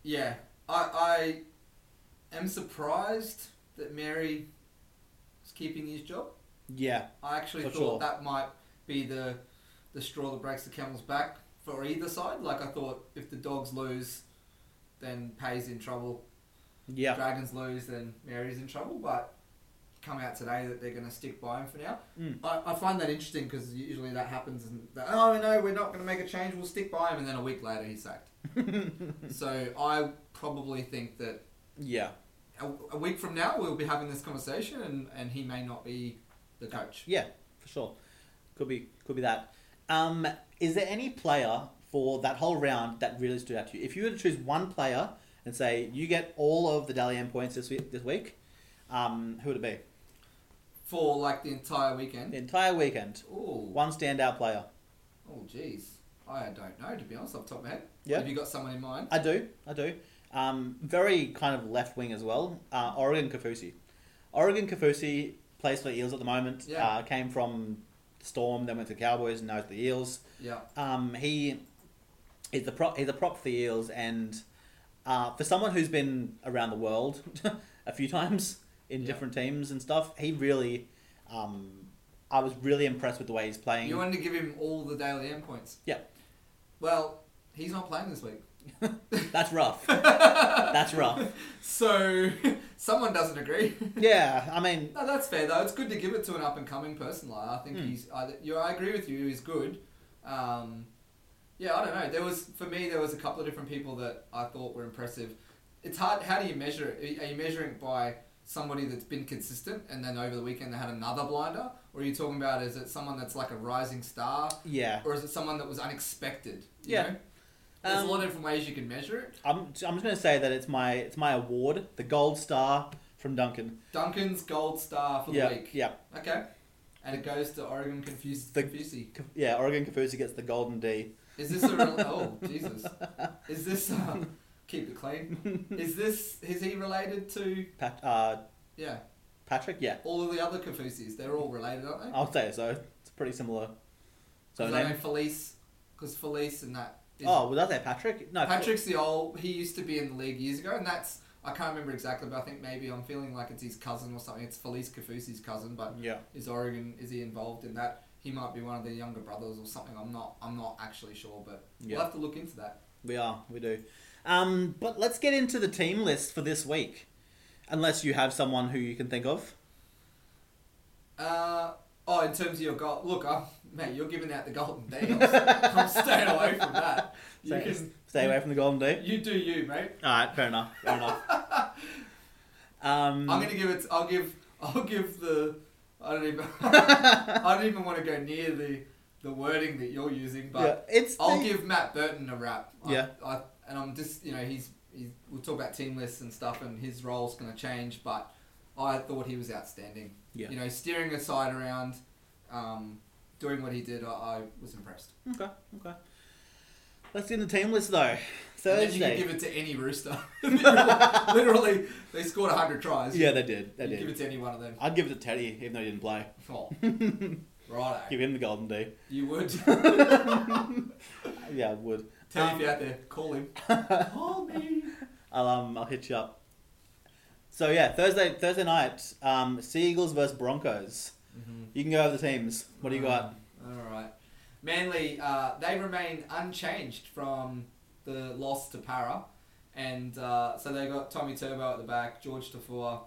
Yeah. I I am surprised that Mary is keeping his job.
Yeah,
I actually
For
thought
sure.
that might be the the straw that breaks the camel's back for either side. Like I thought, if the dogs lose, then Pay's in trouble.
yeah, <laughs>
Dragons lose, then Mary's in trouble. But come out today that they're going to stick by him for now.
Mm.
I, I find that interesting because usually that happens and that, oh no, we're not going to make a change. We'll stick by him, and then a week later he's sacked.
Hmm.
so I probably think that
yeah,
a, a week from now we'll be having this conversation, and, and he may not be the coach.
yeah, for sure. Could be, could be that. Um, is there any player for that whole round that really stood out to you? If you were to choose one player and say you get all of the Dalian points this week, this week, Um, who would it
for like the entire
be? The
weekend.
entire weekend.
Ooh.
One standout player.
Oh, jeez. I don't know, to be honest, off the top of my head.
Yeah.
Have you got someone in mind?
I do. I do. Um, very kind of left wing as well. Uh, Oregon Kafusi. Oregon Kafusi plays for the Eels at the moment.
Yeah.
Uh, came from Storm, then went to the Cowboys, now to the Eels.
Yeah.
Um, he is the prop. He's a prop for the Eels, and uh, for someone who's been around the world <laughs> a few times in
Yeah.
different teams and stuff, he really. Um, I was really impressed with the way he's playing.
You wanted to give him all the daily end points.
Yeah.
Well, he's not playing this week.
That's
<laughs>
rough. That's rough.
So, <laughs> someone doesn't agree. <laughs>
Yeah, I mean,
No, that's fair though. It's good to give it to an up and coming person. Like I think
Hmm.
he's. I, you, I agree with you. He's good. Um, yeah, I don't know. There was for me. There was a couple of different people that I thought were impressive. It's hard. How do you measure it? Are you measuring it by somebody that's been consistent and then over the weekend they had another blinder, or are you talking about is it someone that's like a rising star,
yeah.
or is it someone that was unexpected? You
Yeah.
Know? There's
Um,
a lot of different ways you can measure it.
I'm, I'm just going to say that it's my it's my award, the gold star from Duncan.
Duncan's gold star for
yeah,
the week.
yeah,
Okay. And it goes to Oregon Confuse.
The-
Confusi.
K- yeah. Oregon Kafusi gets the golden D.
Is this a rel oh Jesus? Is this uh, keep it clean? Is this is he related to
Pat, uh,
yeah
Patrick, yeah,
all of the other Kafusis? They're all related, aren't they?
I'll say so. It's pretty similar. So
Because I know
name.
Felice, because Felice and that. Is,
Oh, was I say Patrick? No,
Patrick's the old. He used to be in the league years ago, and that's I can't remember exactly, but I think maybe I'm feeling like it's his cousin or something. It's Felice Kafusi's cousin, but
Yeah,
is Oregon is he involved in that? He might be one of the younger brothers or something. I'm not. I'm not actually sure, but
Yeah.
we'll have to look into that.
we are. We do. Um, but let's get into the team list for this week. Unless you have someone who you can think of.
Uh, oh, in terms of your goal, look, i mate, you're giving out the golden
<laughs>
D. I'm, s- I'm staying away from that. You
Stay,
can,
stay away from the golden D.
you do you, mate.
All right, fair enough. Fair
<laughs>
enough. Um,
I'm gonna give it. I'll give. I'll give the. I don't even. <laughs> I don't even want to go near the the wording that you're using, but
yeah, it's
I'll
the-
give Matt Burton a rap. I-
Yeah.
I, and I'm just, you know, he's, he's. We'll talk about team lists and stuff, and his role's going to change, but I thought he was outstanding.
Yeah.
You know, steering a side around, um, doing what he did, I, I was impressed.
Okay, okay. Let's get in the team list though.
And then you could
Thursday.
give it to any rooster. <laughs> Literally, they scored 100 tries.
Yeah, they did. They
You give
did.
it to any
<laughs>
one of them.
I'd give it to Teddy, even though he didn't play.
Oh, righto.
Give him the golden D. <laughs>
You would.
Yeah, I would. Um,
Tell if you out there,
<laughs>
call him. call me.
I'll um, I'll hit you up. So yeah, Thursday Thursday night, um, Seagulls versus Broncos. You can go over the teams. What do you got?
All right. Manly, uh, they remain unchanged from the loss to Para. And uh, so they got Tommy Turbo at the back, George Tafua,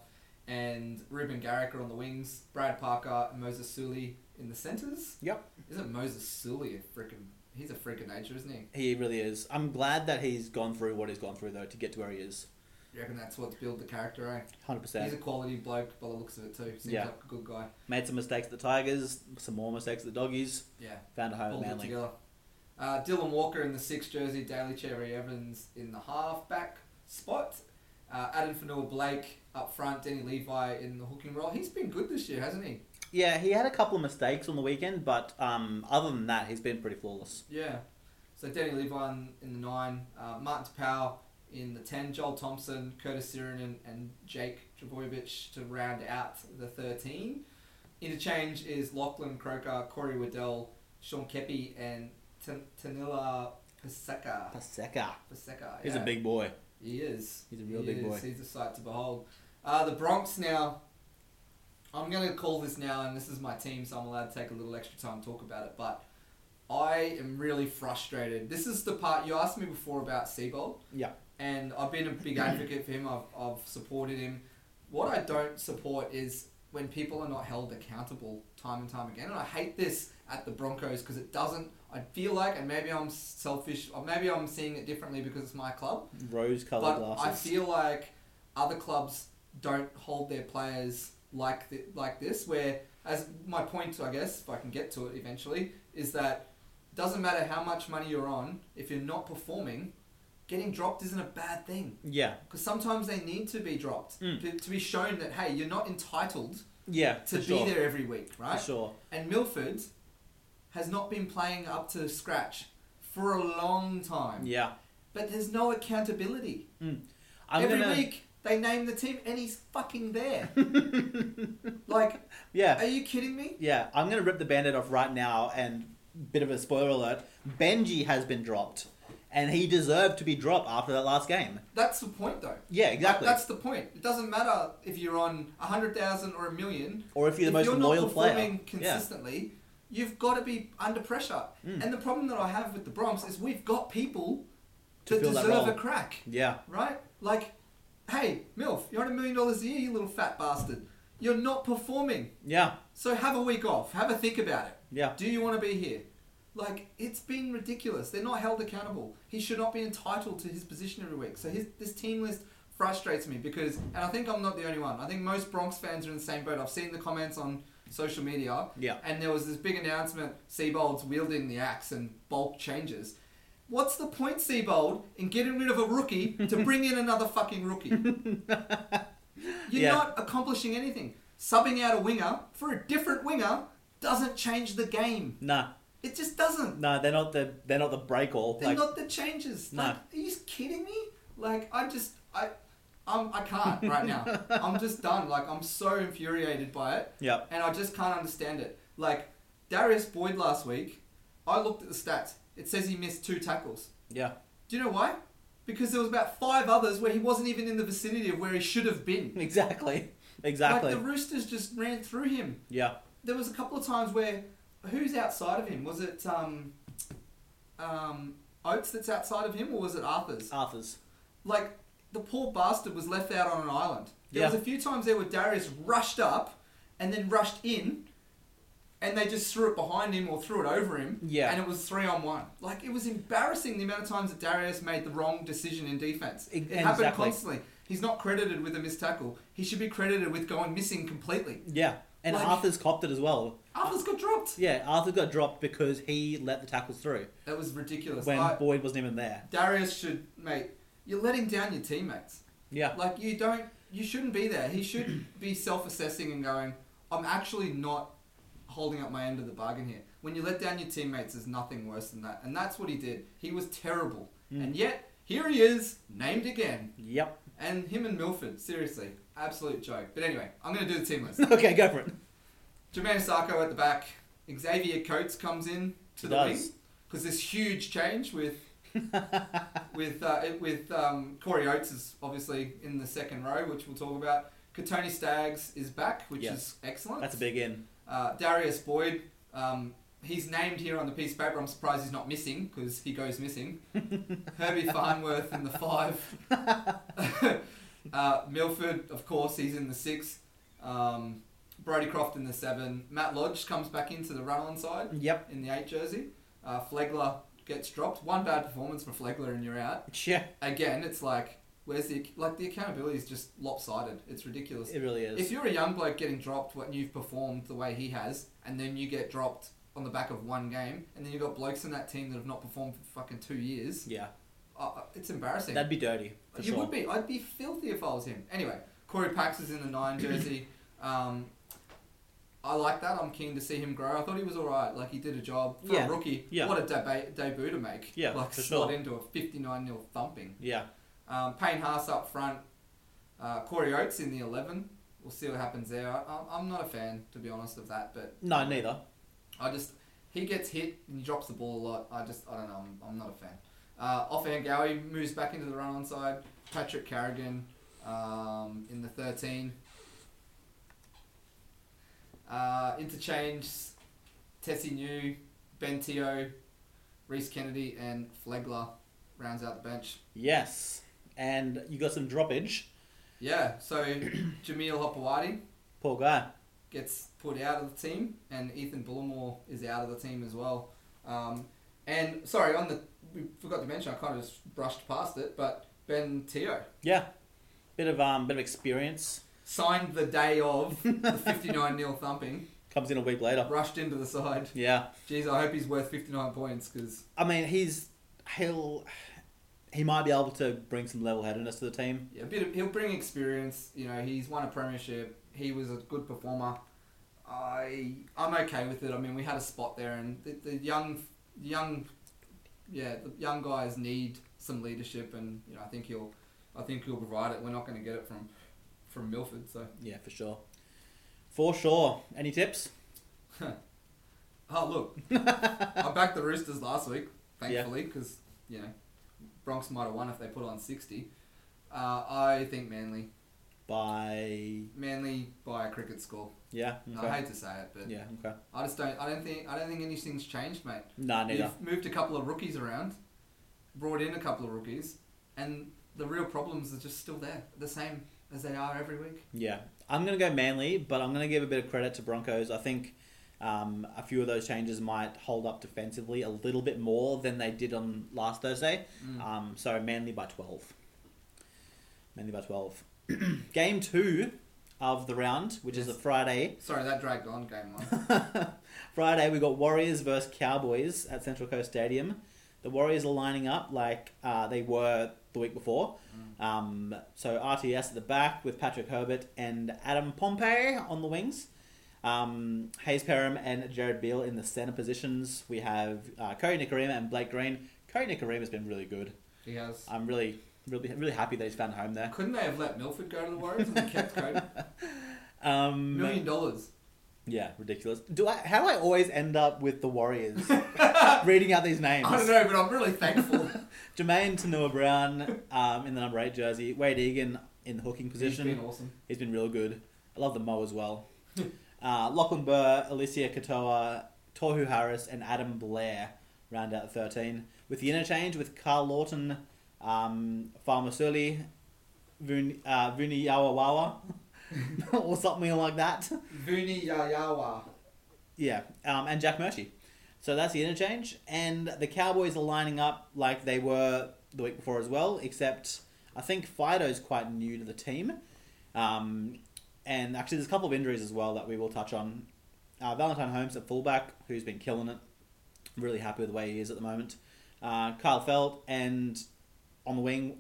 and Ruben Garrick are on the wings, Brad Parker and Moses Sully in the centres.
Yep.
Isn't Moses Sully a freaking. He's a freak of nature, isn't he?
He really is. I'm glad that he's gone through what he's gone through though to get to where he is.
You reckon that's what's built the character, eh?
Hundred
He's a
percent.
quality bloke by the looks of it, too. Seems
Yeah.
like a good guy.
Made some mistakes at the Tigers. Some more mistakes at the Doggies.
Yeah.
Found a home
All
at
put
Manly.
together. Uh, Dylan Walker in the six jersey, Daly Cherry Evans in the halfback spot. Uh, Adam Fanua Blake up front, Denny Levi in the hooking role. He's been good this year, hasn't he?
Yeah, he had a couple of mistakes on the weekend, but um, other than that, he's been pretty flawless.
Yeah. So Denny Levi in, in the nine, uh, Martin Tapau in the ten, Joel Thompson, Curtis Sirinen, and Jake Trebojevic to round out the thirteen. Interchange is Lachlan Croker, Corey Waddell, Sean Kepi, and Tan- Tanila Paseka.
Paseka.
Paseka.
He's
yeah.
a big boy.
He is.
He's a real
He
big
is.
boy.
He's a sight to behold. Uh, the Bronx now. I'm going to call this now, and this is my team, so I'm allowed to take a little extra time to talk about it. But I am really frustrated. This is the part you asked me before about Seabold,
Yeah.
and I've been a big advocate for him. I've, I've supported him. What I don't support is when people are not held accountable time and time again. And I hate this at the Broncos because it doesn't. I feel like, and maybe I'm selfish, or maybe I'm seeing it differently because it's my club
Rose colored
but
glasses.
I feel like other clubs don't hold their players like th- like this. Where as my point, I guess, if I can get to it eventually, is that doesn't matter how much money you're on if you're not performing. getting dropped isn't a bad thing
Yeah.
because sometimes they need to be dropped
Mm.
to, to be shown that hey, you're not entitled
Yeah. for
to be
sure.
there every week, right?
For sure.
And Milford has not been playing up to scratch for a long time.
Yeah.
But there's no accountability.
I'm
every
gonna,
week they name the team and he's
<laughs>
fucking there. like,
Yeah.
are you kidding me?
Yeah. I'm gonna rip the bandit off right now and bit of a spoiler alert. Benji has been dropped. And he deserved to be dropped after that last game.
That's the point, though.
Yeah,
Like,
exactly.
that's the point. It doesn't matter if you're on a hundred thousand or a million.
or if you're the most
if you're
loyal
not performing
player. Yeah.
consistently, you've got to be under pressure.
Mm.
And the problem that I have with the Bronx is we've got people
To
that
fill that
deserve
role.
a crack.
Yeah.
right? Like, hey, MILF, you're on a million dollars a year, you little fat bastard. You're not performing.
Yeah.
So have a week off. Have a think about it.
Yeah.
Do you want to be here? Like, it's been ridiculous. They're not held accountable. He should not be entitled to his position every week. So his, this team list frustrates me because, and I think I'm not the only one. I think most Bronx fans are in the same boat. I've seen the comments on social media.
Yeah.
And there was this big announcement Seabold's wielding the axe and bulk changes. What's the point, Seabold, in getting rid of a rookie to bring in another fucking rookie? You're
Yeah.
not accomplishing anything. Subbing out a winger for a different winger doesn't change the game.
Nah.
It just doesn't.
No, they're not the they're not the break all.
They're
Like,
not the changes.
No.
Like, are you kidding me? Like, I just, I, I'm, I can't
<laughs>
right now. I'm just done. Like, I'm so infuriated by it.
yeah,
And I just can't understand it. Like, Darius Boyd last week, I looked at the stats. It says he missed two tackles.
yeah, <laughs>
Do you know why? Because there was about five others where he wasn't even in the vicinity of where he should have been.
exactly, exactly.
Like the Roosters just ran through him.
yeah,
There was a couple of times where who's outside of him? Was it um, um, Oates that's outside of him, or was it Arthur's?
Arthur's.
Like the poor bastard was left out on an island. There was
Yeah.
a few times there where Darius rushed up and then rushed in, and they just threw it behind him or threw it over him.
Yeah.
And it was three on one. Like it was embarrassing the amount of times that Darius made the wrong decision in defense. It,
Ex-
it happened
E-, exactly.
constantly. He's not credited with a missed tackle. He should be credited with going missing completely.
Yeah, and
Like-
Arthur's copped it as well.
Arthur's got dropped.
Yeah, Arthur got dropped because he let the tackles through
That was ridiculous.
when
I-
Boyd wasn't even there.
Darius should, mate. You're letting down your teammates.
Yeah,
Like you don't, you shouldn't be there. He should be self-assessing and going, "I'm actually not holding up my end of the bargain here." When you let down your teammates, there's nothing worse than that, and that's what he did. He was terrible, and yet here he is, named again,
yep. <laughs>
and him and Milford, seriously, absolute joke. But anyway, I'm gonna do the team list.
okay, go for it.
Jermaine Sarko at the back. Xavier Coates comes in to
He
the
does.
wing because this huge change with
<laughs>
with uh, it- with um, Corey Oates is obviously in the second row, which we'll talk about. Katoni Staggs is back, which
Yes.
is excellent.
That's a big in.
Uh, Darius Boyd, um, he's named here on the piece of paper. I'm surprised he's not missing because he goes missing. Herbie Farnworth in the five. uh, Milford, of course, he's in the six. Um, Brody Croft in the seven. Matt Lodge comes back into the run on side
Yep. <laughs>
in the eight jersey. Uh, Flegler gets dropped. One bad performance for Flegler and you're out.
Yeah,
Again, it's like, where's the like the accountability is just lopsided. It's ridiculous.
it really is.
If you're a young bloke getting dropped when you've performed the way he has, and then you get dropped on the back of one game, and then you've got blokes in that team that have not performed for fucking two years,
yeah,
uh, uh, it's embarrassing.
that'd be dirty. For
you
sure.
would be. I'd be filthy if I was him. Anyway, Corey Pax is in the
<clears throat>
nine jersey. um, I like that. I'm keen to see him grow. I thought he was all right. Like he did a job for
Yeah.
a rookie.
Yeah.
What a deba- debut to make.
Yeah,
like
for
slot
sure.
into a 59 0 thumping.
Yeah,
Um, Payne Haas up front. Uh, Corey Oates in the 11. We'll see what happens there. I, I'm- I'm not a fan, to be honest, of that, but
no, neither.
I just. He gets hit and he drops the ball a lot. I just. I don't know. I'm, I'm not a fan. Uh, off Gowie moves back into the run on side. Patrick Carrigan um, in the 13. Uh, interchange Tessie New, Bentio, Reese Kennedy, and Flegler rounds out the bench.
Yes, and you got some droppage.
Yeah, so <clears throat> Jameel Hopewadi
Poor guy.
gets put out of the team, and Ethan Bullimore is out of the team as well. Um, and sorry, on the we forgot to mention, I kind of just brushed past it, but Ben Teo
Yeah, bit of um, bit of experience
signed the day of the 59 0 thumping,
comes in a week later.
rushed into the side.
Yeah.
Jeez, I hope he's worth 59 points because
I mean, he's he'll he might be able to bring some level headedness to the team.
Yeah, a bit of, he'll bring experience. You know, he's won a premiership. He was a good performer. I I'm okay with it. I mean, we had a spot there, and the, the young young yeah the young guys need some leadership, and you know I think he'll I think he'll provide it. We're not going to get it from from Milford, so
Yeah, for sure. For sure. Any tips?
oh look, I backed the Roosters last week, thankfully, because you know Bronx might have won if they put on sixty. Uh, I think Manly,
By
Manly by a cricket score.
yeah, okay.
I hate to say it, but
yeah, okay.
I just don't. I don't think. I don't think anything's changed, mate.
Nah,
You've
neither.
moved a couple of rookies around, brought in a couple of rookies, and the real problems are just still there, the same as they are every week.
Yeah, I'm going to go Manly, but I'm going to give a bit of credit to Broncos. I think um, a few of those changes might hold up defensively a little bit more than they did on last Thursday.
Mm.
Um, so Manly by 12. Manly by 12. <clears throat> Game two of the round, which is
Yes.
the Friday.
Sorry, that dragged on
<laughs>
game one.
Friday, we got Warriors versus Cowboys at Central Coast Stadium. The Warriors are lining up like uh, they were the week before.
Mm.
Um, so RTS at the back with Patrick Herbert and Adam Pompey on the wings. Um, Hayes Perham and Jared Beal in the centre positions. We have uh, Cody Nikarima and Blake Green. Cody Nikarima has been really good.
he has.
I'm really, really, really happy that he's found a home there.
Couldn't they have let Milford go to the Warriors and they
<laughs>
kept Cody?
Um, <laughs>
Million dollars.
Yeah, ridiculous. Do I? How do I always end up with the
<laughs>
Warriors? reading out these names.
I don't know, but I'm really thankful.
Jermaine Tanua Brown um, in the number eight jersey. Wade Egan in the hooking <laughs> position.
He's been awesome.
He's been real good. I love the Mo as
<laughs>
well. uh, Lachlan Burr, Alicia Katoa, Tohu Harris, and Adam Blair round out 13. With the interchange with Carl Lawton, um, Farmer Surly, Vuni uh, Vuniawawawa, <laughs> or something like that.
Vuni Yayawa.
Yeah, um, and Jack Murphy. So that's the interchange, and the Cowboys are lining up like they were the week before as well. Except I think Fido's quite new to the team, um, and actually there's a couple of injuries as well that we will touch on. Uh, Valentine Holmes at fullback, who's been killing it. Really happy with the way he is at the moment. Uh, Kyle Felt and on the wing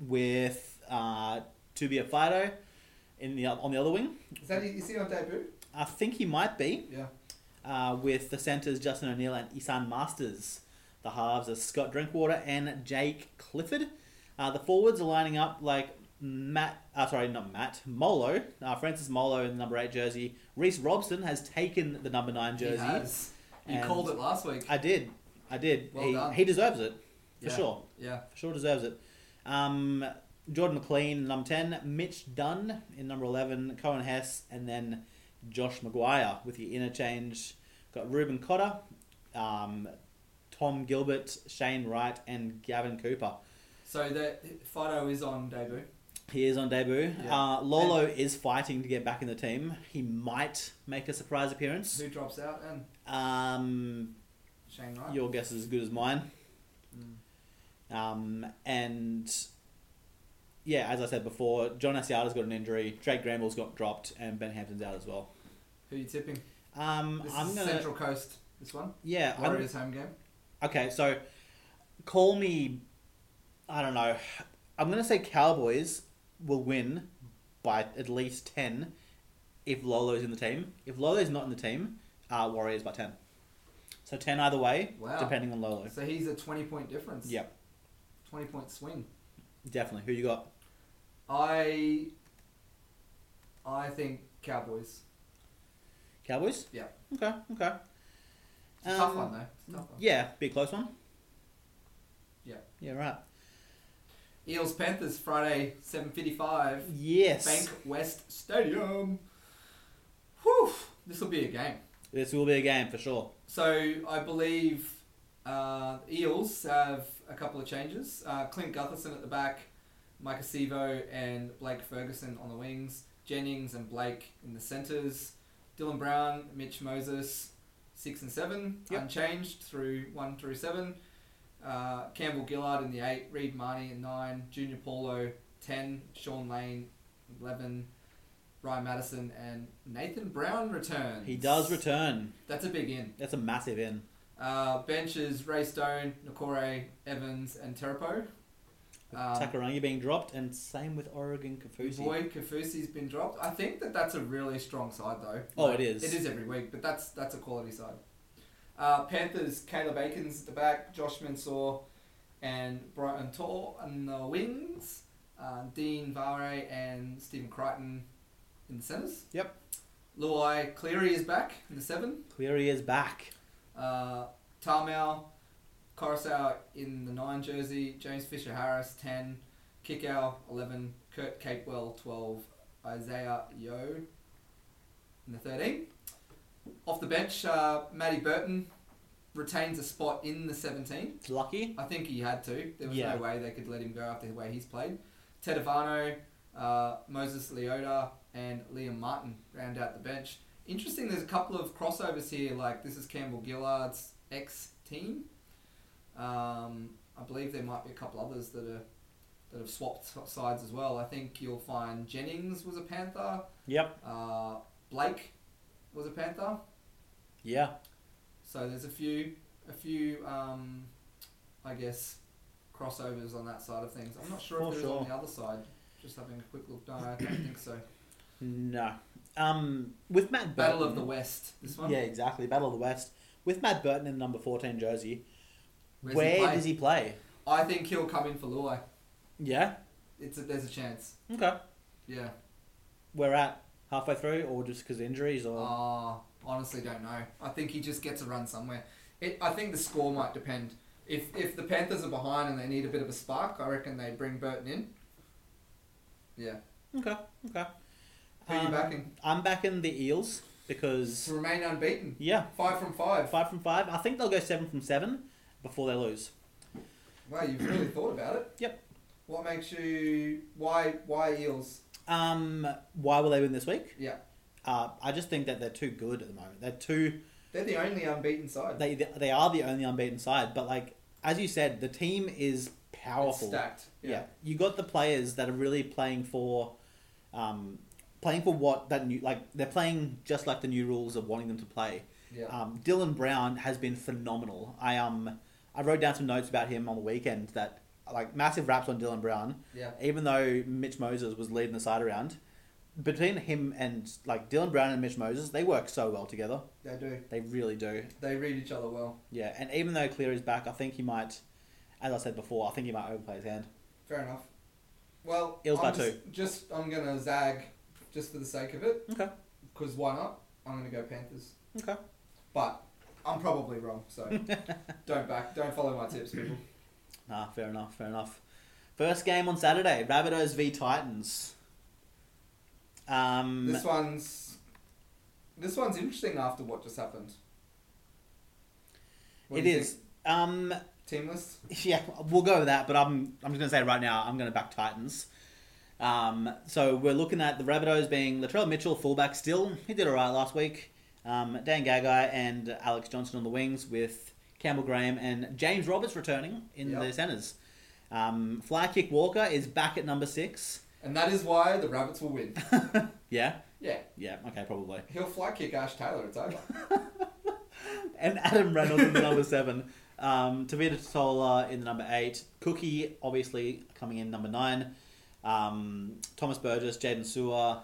with uh, Tubia Fido in the on the other wing.
Is that is he on debut?
I think he might be
Yeah.
uh, with the centres Justin O'Neill and Isan Masters. The halves are Scott Drinkwater and Jake Clifford. Uh, the forwards are lining up like Matt, uh, sorry, not Matt, Molo, uh, Francis Molo in the number 8 jersey. Reese Robson has taken the number 9
He
jersey.
has. You
And-
called it last week.
I did. I did.
Well
he,
done.
he deserves it, for
Yeah.
sure.
Yeah.
For sure deserves it. Um, Jordan McLean, number 10. Mitch Dunn in number 11. Cohen Hess. And then Josh Maguire with the interchange. Got Ruben Cotter, um, Tom Gilbert, Shane Wright, and Gavin Cooper.
So that Fido is on debut.
He is on debut.
Yeah.
Uh, Lolo is fighting to get back in the team. He might make a surprise appearance.
Who drops out and
Um,
Shane Wright.
your guess is as good as mine.
Mm.
Um, and yeah, as I said before, John Asiata's got an injury, Drake Granville's got dropped, and Ben Hampton's out as well.
Who are you tipping?
Um,
This
I'm
is
gonna
Central Coast. This one.
yeah. I'm,
Warriors home game.
okay, so call me. I don't know. I'm gonna say Cowboys will win by at least ten if Lolo's in the team. If Lolo's not in the team, uh, Warriors by ten. So ten either way,
Wow.
depending on Lolo.
So he's a 20 point difference.
Yep,
20 point swing.
definitely. Who you got?
I I think Cowboys.
Cowboys.
Yeah.
Okay. Okay.
It's a tough
Um,
one though. It's a tough one.
Yeah, be a close one.
Yeah.
Yeah, right.
Eels Panthers Friday 7:55
Yes.
Bank West Stadium. Whew, this will be a game.
This will be a game for sure.
So I believe uh, Eels have a couple of changes. Uh, Clint Gutherson at the back, Micah Sevo and Blake Ferguson on the wings, Jennings and Blake in the centres, Dylan Brown, Mitch Moses, six and seven,
Yep.
unchanged through one through seven. Uh, Campbell Gillard in the eight, Reed Marnie in nine, Junior Paulo ten, Sean Lane eleven, Ryan Madison and Nathan Brown returns.
He does return.
That's a big in.
That's a massive in.
Uh, benches Ray Stone, Nakore, Evans, and Terapo. Um,
Takarangi being dropped, and same with Oregon Kafusi.
Boy, Kafusi's been dropped. I think that that's a really strong side, though.
Oh, it is.
It is every week, but that's that's a quality side. Uh, Panthers, Caleb Aikens at the back, Josh Mansour, and Brighton Tor on the wings, uh, Dean Vare and Stephen Crichton in the centres.
Yep.
Luai Cleary is back in the seven.
Cleary is back.
Uh, Tarmel, Coruscant in the 9 jersey, James Fisher Harris 10, Kickow 11, Kurt Capewell 12, Isaiah Yo in the 13. Off the bench, uh, Matty Burton retains a spot in the 17.
It's lucky.
I think he had to. There was
Yeah.
no way they could let him go after the way he's played. Tedavano, uh, Moses Leota, and Liam Martin round out the bench. Interesting, there's a couple of crossovers here. Like, this is Campbell Gillard's ex team. Um, I believe there might be a couple others that are that have swapped sides as well. I think you'll find Jennings was a Panther,
Yep.
uh, Blake was a Panther.
Yeah.
So there's a few, a few, um, I guess, crossovers on that side of things. I'm not sure
For
if there's on
sure.
the other side. Just having a quick look.
<coughs>
No, I don't think so.
No. Um, with Matt Burton.
Battle of the West. This one.
Yeah, exactly. Battle of the West. With Matt Burton in number 14 jersey,
Where's
where
he play?
does he play?
I think he'll come in for Luai.
Yeah.
It's a, there's a chance.
Okay.
Yeah.
We're at halfway through, or just because injuries, or.
Ah, honestly, don't know. I think he just gets a run somewhere. It, I think the score might depend. If if the Panthers are behind and they need a bit of a spark, I reckon they bring Burton in. Yeah.
Okay. Okay.
Who you
Um,
backing?
I'm backing the Eels because.
To remain unbeaten.
Yeah.
Five from five.
Five from five. I think they'll go seven from seven before they lose.
Wow, you've really thought about it.
Yep.
What makes you why why eels?
Um, why will they win this week?
Yeah,
Uh, I just think that they're too good at the moment. They're too.
they're the only unbeaten side.
They they are the only unbeaten side. But like as you said, the team is
It's
powerful.
stacked.
Yeah. you got the players that are really playing for, um, playing for what that new like they're playing just like the new rules of wanting them to play.
yeah.
Um, Dylan Brown has been phenomenal. I um I wrote down some notes about him on the weekend that like massive raps on Dylan Brown.
Yeah.
Even though Mitch Moses was leading the side around, between him and like Dylan Brown and Mitch Moses, they work so well together.
They do.
They really do.
They read each other well.
Yeah, and even though Clear is back, I think he might, as I said before, I think he might overplay his hand.
Fair enough. Well,
Eels
I'm
by
just, just I'm gonna zag, just for the sake of it,
Okay.
because why not? I'm gonna go Panthers,
Okay.
but I'm probably wrong.
<laughs>
So don't back, don't follow my tips, people.
Ah, fair enough, fair enough. First game on Saturday, Rabbitohs v Titans. Um,
This one's this one's interesting after what just happened. What
it
do you
is.
think?
Um,
team list.
<laughs> yeah, we'll go with that. But I'm I'm just gonna say right now, I'm gonna back Titans. Um, so we're looking at the Rabbitohs being Latrell Mitchell fullback still. He did all right last week. Um, Dan Gagai and Alex Johnson on the wings with Campbell Graham and James Roberts returning in
Yep.
the centres. Um, fly kick Walker is back at number six.
And that is why the Rabbits will win. <laughs>
Yeah,
yeah,
yeah, okay, probably.
he'll fly kick Ash Taylor. It's over.
and Adam Reynolds in the number seven. Um, Tavita Tola in the number eight. Cookie, obviously, coming in number nine. Um, Thomas Burgess, Jaden Sewer,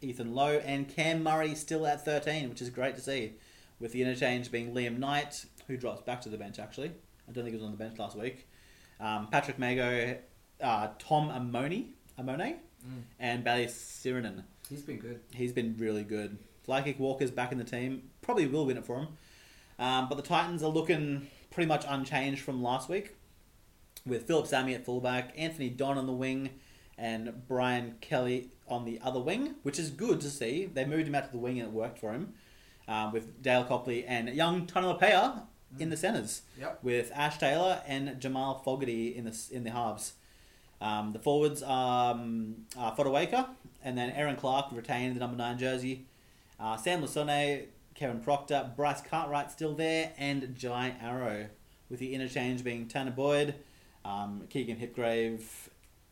Ethan Lowe, and Cam Murray still at 13, which is great to see. With the interchange being Liam Knight, who drops back to the bench, actually. I don't think he was on the bench last week. Um, Patrick Mago, uh, Tom Amoni, Amone,
Mm.
and Bally Sirinen.
<laughs> He's been good.
He's been really good. Flykick Walker's back in the team. Probably will win it for him. Um, but the Titans are looking pretty much unchanged from last week with Philip Sammy at fullback, Anthony Don on the wing, and Brian Kelly on the other wing, which is good to see. They moved him out to the wing and it worked for him um, with Dale Copley and young Tonalapea in the centres
Yep.
with Ash Taylor and Jamal Fogarty in the in the halves. Um, the forwards um, are Fodawaker and then Aaron Clark retained the number nine jersey. Uh, Sam Lasone, Kevin Proctor, Bryce Cartwright still there, and Jai Arrow, with the interchange being Tanner Boyd, um, Keegan Hipgrave,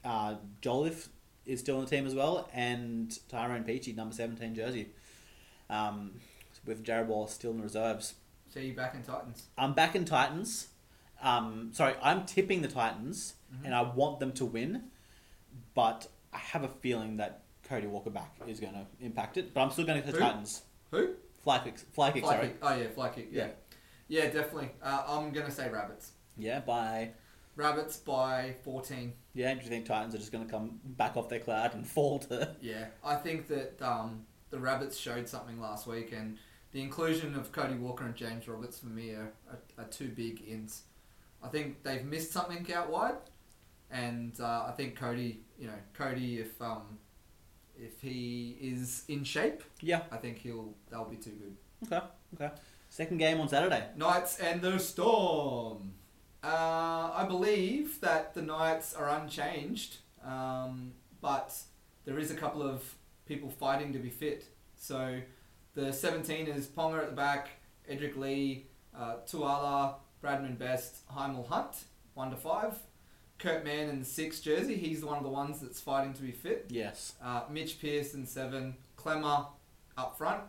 uh, Jolliffe is still on the team as well, and Tyrone Peachy, number 17 jersey, um, with Jared Wallace still in the reserves.
So you back in Titans.
I'm back in Titans. Um, sorry, I'm tipping the Titans,
Mm-hmm.
and I want them to win, but I have a feeling that Cody Walker back is going to impact it. But I'm still going to the
Who?
Titans.
Who?
Fly kicks. Fly kicks.
Fly
sorry.
kick. Oh yeah, fly kick. Yeah,
Yeah.
yeah, definitely. Uh, I'm gonna say rabbits.
Yeah. By
Rabbits by 14.
yeah, do you think Titans are just going to come back off their cloud and <laughs> fall to?
Yeah, I think that um, the rabbits showed something last week, and the inclusion of Cody Walker and James Roberts for me are, are, are two big ins. I think they've missed something out wide, and uh, I think Cody, you know, Cody, if um, if he is in shape,
Yeah.
I think he'll that'll be too good.
Okay. Okay. Second game on Saturday.
Knights and the Storm. Uh, I believe that the Knights are unchanged, um, but there is a couple of people fighting to be fit. So the 17 is Ponga at the back, Edric Lee, uh, Tuala, Bradman Best, Heimel Hunt, 1 to 5. Kurt Mann in the 6 jersey, he's one of the ones that's fighting to be fit.
Yes.
Uh, Mitch Pearce in seven. Clemmer up front.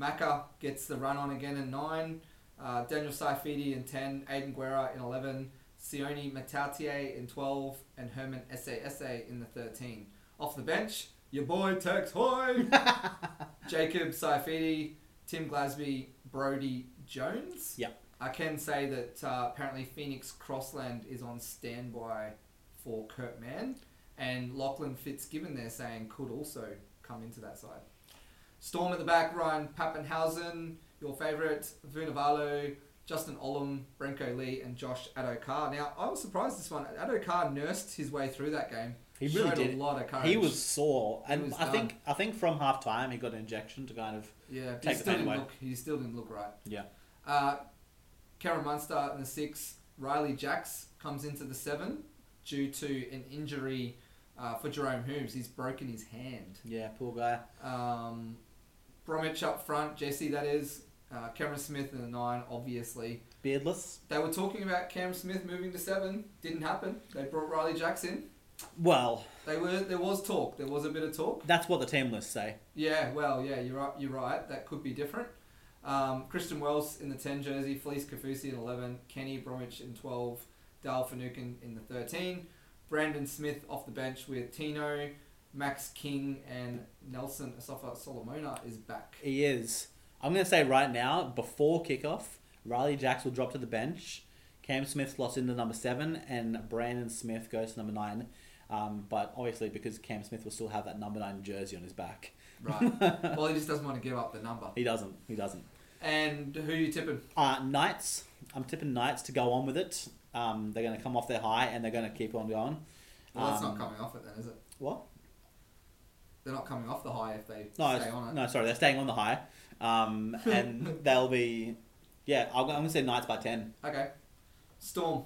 Macca gets the run on again in nine. Uh, Daniel Saifidi in 10. Aiden Guerra in 11. Sione Matautier in 12. And Herman Essay in the 13. Off the bench, your boy Tex Hoy. Jacob Saifidi, Tim Glasby, Brody Jones.
Yep.
I can say that uh, apparently Phoenix Crossland is on standby for Kurt Mann, and Lachlan Fitzgibbon, they're saying, could also come into that side. Storm at the back, Ryan Pappenhausen, your favourite, Vunavalo, Justin Olam, Brenko Lee, and Josh Adokar. Now, I was surprised this one. Adokar nursed his way through that game.
He really
Showed
did.
a lot of courage.
He was sore,
He
and
was
I think I think from half time he got an injection to kind of
Yeah, he
Take the
still
pain
didn't
away.
look. He still didn't look right.
yeah
Uh, Cameron Munster in the six. Riley Jacks comes into the seven due to an injury uh, for Jerome Hooms. He's broken his hand.
yeah poor guy.
Um, Bromwich up front, Jesse. That is uh, Cameron Smith in the nine. Obviously,
Beardless.
they were talking about Cameron Smith moving to seven. Didn't happen. They brought Riley Jacks in.
Well,
They were there was talk. There was a bit of talk.
that's what the team lists say.
Yeah, well, yeah, you're right. You're right. That could be different. Um, Christian Wells in the ten jersey, Felice Kafusi in eleven, Kenny Bromwich in twelve, Dal Finucane in the thirteen, Brandon Smith off the bench with Tino, Max King, and Nelson Asafa Solomona is back.
He is. I'm going to say right now, before kickoff, Riley Jacks will drop to the bench. Cam Smith slots into number seven, and Brandon Smith goes to number nine. Um, but obviously, because Cam Smith will still have that number nine jersey on his back, <laughs>
Right. <laughs> well, he just doesn't want to give up the number.
he doesn't. He doesn't.
And who you tipping?
Uh, Knights. I'm tipping Knights to go on with it. Um, they're going to come off their high and they're going to keep on going.
Well, that's
Um,
not coming off it then, is it?
What?
They're not coming off the high if they
No,
stay
it's-
on it.
no, sorry, they're staying on the high, um, and
<laughs>
they'll be, yeah, I'm, I'm gonna say Knights by ten.
Okay. Storm,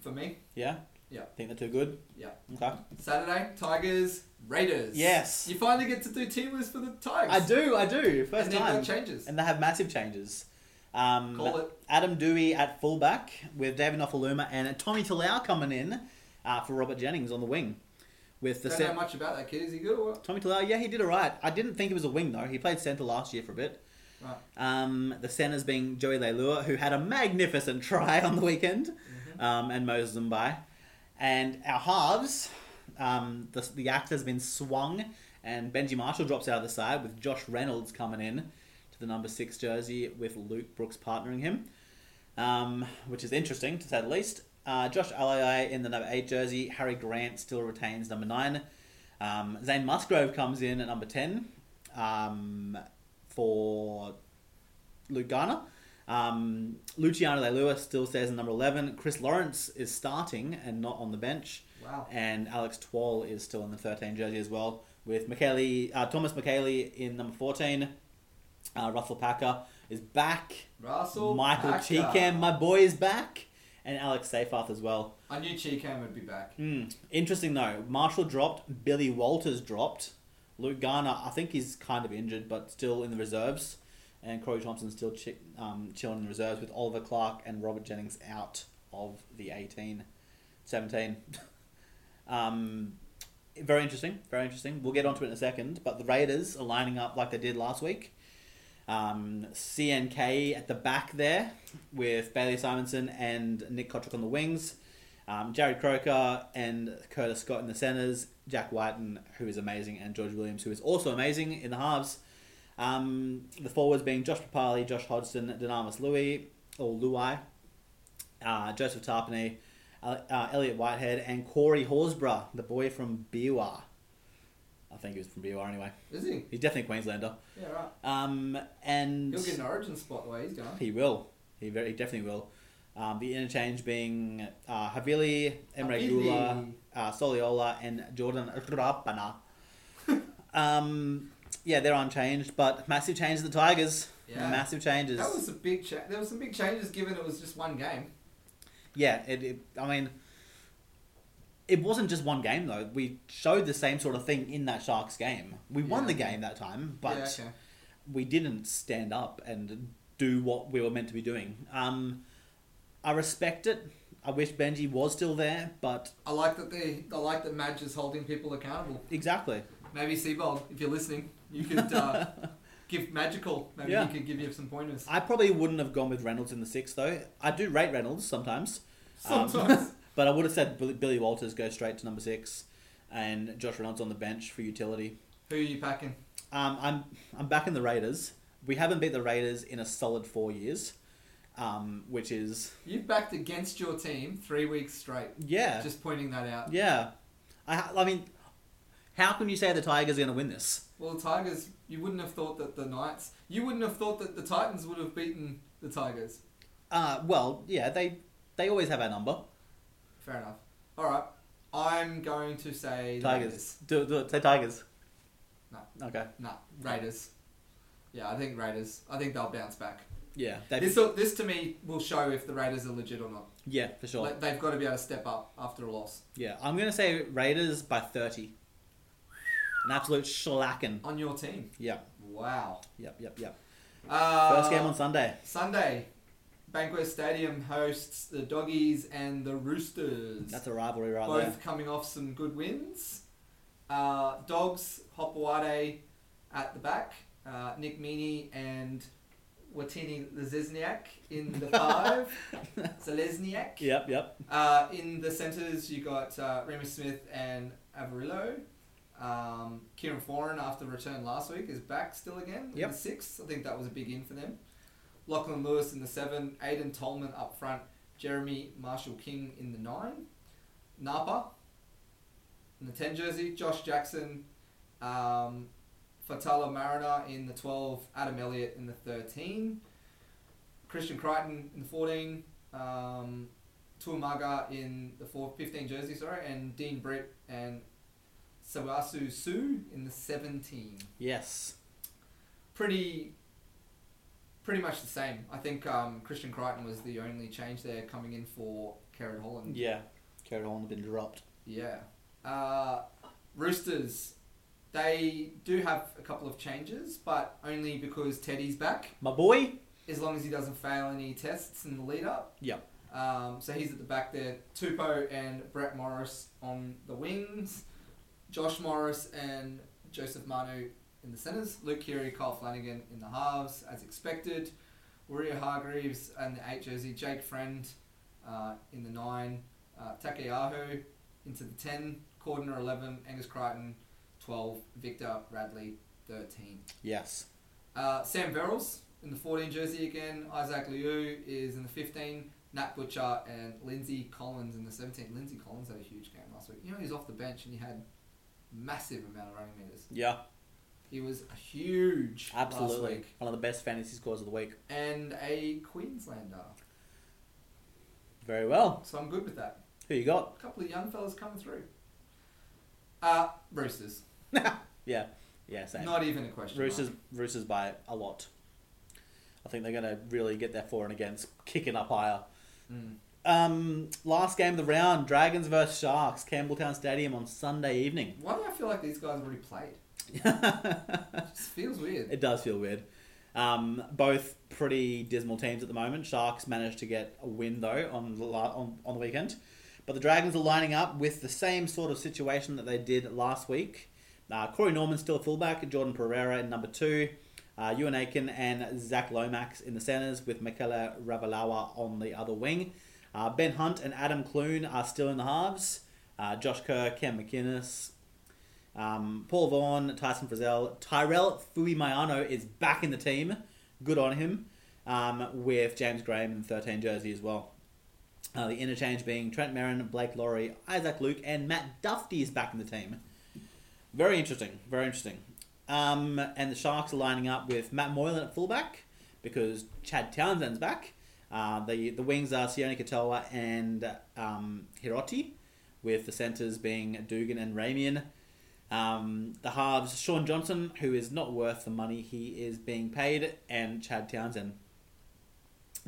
for me.
Yeah.
Yeah.
Think they're too good.
Yeah.
Okay.
Saturday, Tigers, Raiders.
Yes.
You finally get to do team lists for the Tigers.
I do, I do. First
and they've
time.
got changes.
And they have massive changes. Um,
Call it.
Adam Dewey at fullback with David Nofaluma and Tommy Talau coming in uh, for Robert Jennings on the wing. With the
Don't know
cent-
much about that kid. Is he good or what?
Tommy Talau, yeah, he did alright. I didn't think he was a wing though. He played centre last year for a bit.
Right.
Um, the centres being Joey Leilua, who had a magnificent try on the weekend, um, and Moses Mbai. And our halves, um, the, the act has been swung, and Benji Marshall drops out of the side with Josh Reynolds coming in to the number six jersey with Luke Brooks partnering him, um, which is interesting to say the least. Uh, Josh Alai in the number eight jersey. Harry Grant still retains number nine. Um, Zane Musgrove comes in at number 10 um, for Luke Garner. Um, Luciano Leilua still stays in number 11. Chris Lawrence is starting and not on the bench.
Wow.
And Alex Twall is still in the 13 jersey as well, with McKaylee, uh, Thomas McKaylee in number 14. Uh, Russell Packer is back.
Russell.
Michael
Packer.
Cheekham, my boy, is back. And Alex Safarth as well.
I knew Cheekham would be back.
Hmm. Interesting though. Marshall dropped. Billy Walters dropped. Luke Garner, I think he's kind of injured, but still in the reserves. And Corey Thompson still chi- um, chilling in the reserves with Oliver Clark and Robert Jennings out of the 18, 17. <laughs> um, very interesting. Very interesting. We'll get onto it in a second. But the Raiders are lining up like they did last week. Um, CNK at the back there with Bailey Simonson and Nick Kotrick on the wings. Um, Jared Croker and Curtis Scott in the centres. Jack Whiten, who is amazing, and George Williams, who is also amazing in the halves. Um, the forwards being Josh Papali, Josh Hodgson, Dynamis Louis, or Louis, uh, Joseph Tarpany, uh, uh, Elliot Whitehead, and Corey Horsburgh, the boy from Biwa. I think he was from Biwa anyway.
Is he?
He's definitely Queenslander.
Yeah, right.
Um, and
He'll get an origin spot the way he's going.
he will. He very he definitely will. Um, the interchange being uh, Havili, Emre
Havili.
Gula, uh, Soliola, and Jordan
<laughs>
Rapana. um, yeah, they're unchanged, but massive change to the Tigers.
Yeah.
Massive changes.
That was a big cha- There were some big changes given it was just one game.
Yeah, it, it, I mean, it wasn't just one game though. We showed the same sort of thing in that Sharks game. We won
Yeah.
the game that time, but
yeah, okay.
we didn't stand up and do what we were meant to be doing. Um, I respect it. I wish Benji was still there, but
I like that they. I like that Madge is holding people accountable.
exactly.
Maybe Seabold, if you're listening, you could
<laughs>
uh, give magical. Maybe
Yeah.
he could give you some pointers.
I probably wouldn't have gone with Reynolds in the sixth though. I do rate Reynolds sometimes. Um, <laughs>
Sometimes.
but I would have said Bill- Billy Walters go straight to number six, and Josh Reynolds on the bench for utility.
Who are you packing?
Um, I'm I'm back in the Raiders. We haven't beat the Raiders in a solid four years, um, which is
You've backed against your team three weeks straight.
yeah,
Just pointing that out.
yeah. I ha- I mean, how can you say the Tigers are going to win this?
Well, the Tigers. You wouldn't have thought that the Knights. You wouldn't have thought that the Titans would have beaten the Tigers.
Uh, well, yeah, they they always have our number.
Fair enough. All right. I'm going to say the
Tigers. Do, do it. Say Tigers.
No.
Okay.
Nah, Raiders. Yeah, I think Raiders. I think they'll bounce back.
Yeah. They,
This, will- this to me will show if the Raiders are legit or not.
yeah, for sure.
Like, They've got to be able to step up after a loss.
yeah, I'm gonna say Raiders by thirty. An absolute shellacking.
On your team.
Yep.
Wow.
Yep. Yep. Yep.
Uh,
First game on Sunday.
Sunday. Bankwest Stadium hosts the Doggies and the Roosters.
That's a rivalry right
both
there.
coming off some good wins. Uh, Dogs, Hopawade at the back, uh, Nick Meaney and Watini Lezesniak in
<laughs>
the five. Zalesniak.
Yep. Yep.
Uh, in the centres, you got uh, Remus Smith and Avarillo. Um, Kieran Foran, after return last week, is back still again in
Yep.
the sixth. I think that was a big in for them. Lachlan Lewis in the seven, Aidan Tolman up front, Jeremy Marshall King in the nine, Napa in the ten jersey, Josh Jackson, um, Fatala Mariner in the twelve, Adam Elliott in the thirteen, Christian Crichton in the fourteen. Um, Tuamaga in the four, 15 jersey, sorry, and Dean Britt and Sawasu Su in the 17.
Yes.
Pretty pretty much the same. I think um, Christian Crichton was the only change there coming in for Kerrod Holland.
Yeah. Carried on been dropped.
Yeah. Uh, Roosters, they do have a couple of changes, but only because Teddy's back,
My boy.
as long as he doesn't fail any tests in the lead up.
Yep.
Um, so he's at the back there. Tupou and Brett Morris on the wings. Josh Morris and Joseph Manu in the centres. Luke Keary, Kyle Flanagan in the halves, as expected. Waria Hargreaves and the eight jersey. Jake Friend uh, in the nine. Uh, Takeyahu into the ten. Cordner eleven. Angus Crichton twelve. Victor Radley thirteen.
Yes.
Uh, Sam Verrills in the 14 jersey again. Isaac Liu is in the 15. Nat Butcher and Lindsay Collins in the 17. Lindsay Collins had a huge game last week. You know, he was off the bench and he had massive amount of running meters.
Yeah.
He was huge last
Absolutely.
week.
One of the best fantasy scores of the week.
And a Queenslander.
Very well.
So I'm good with that.
Who you got?
A couple of young fellas coming through. Uh, Roosters.
Yeah. Yeah. Same.
Not even a question.
Roosters,
mark.
Roosters by a lot. I think they're going to really get their for and against kicking up higher.
Mm.
Um, last game of the round: Dragons versus Sharks, Campbelltown Stadium on Sunday evening. <laughs>
Why do I feel like these guys have already played? It
it
just feels weird.
does feel weird. Um, both pretty dismal teams at the moment. Sharks managed to get a win though on the la- on, on the weekend, but the Dragons are lining up with the same sort of situation that they did last week. Uh, Corey Norman still fullback, Jordan Pereira in number two, Uh, Ewan Aiken and Zach Lomax in the centres, with Michele Ravalawa on the other wing. Uh, ben Hunt and Adam Clune are still in the halves. Uh, Josh Kerr, Ken McInnes, um, Paul Vaughan, Tyson Frizzell, Tyrell Fuimaiano is back in the team. Good on him. Um, with James Graham in 13 jersey as well. Uh, the interchange being Trent Merrin, Blake Laurie, Isaac Luke, and Matt Duffy is back in the team. Very interesting. Very interesting. Um, and the Sharks are lining up with Matt Moylan at fullback because Chad Townsend's back. Uh, the the wings are Sione Katoa and um, Hiroti, with the centres being Dugan and Ramian. Um, the halves Sean Johnson, who is not worth the money he is being paid, and Chad Townsend.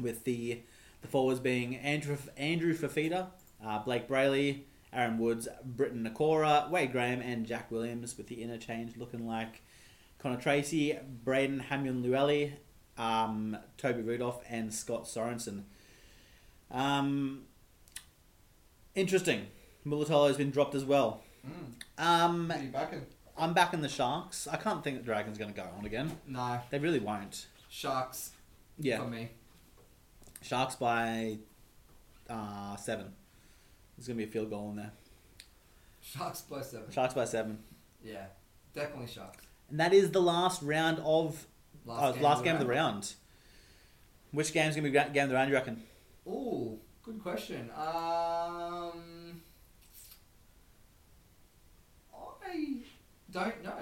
With the the forwards being Andrew Andrew Fafita, uh, Blake Brayley, Aaron Woods, Britton Nakora, Wade Graham, and Jack Williams. With the interchange looking like Connor Tracy, Braden Hamion Luelli, um, Toby Rudolph, and Scott Sorensen. Um, interesting. Mulatolo's been dropped as well.
Mm.
Um,
Who you backing?
I'm back in the Sharks. I can't think that Dragon's going to go on again.
No.
They really won't.
Sharks
Yeah.
for me.
Sharks by uh, seven. There's going to be a field goal in there.
Sharks by seven.
Sharks by seven.
Yeah. Definitely sharks.
And that is the last round of last, uh, game, last game of the round. Which game's going to be gra- game of the round, you reckon?
Oh, good question. Um, I don't know.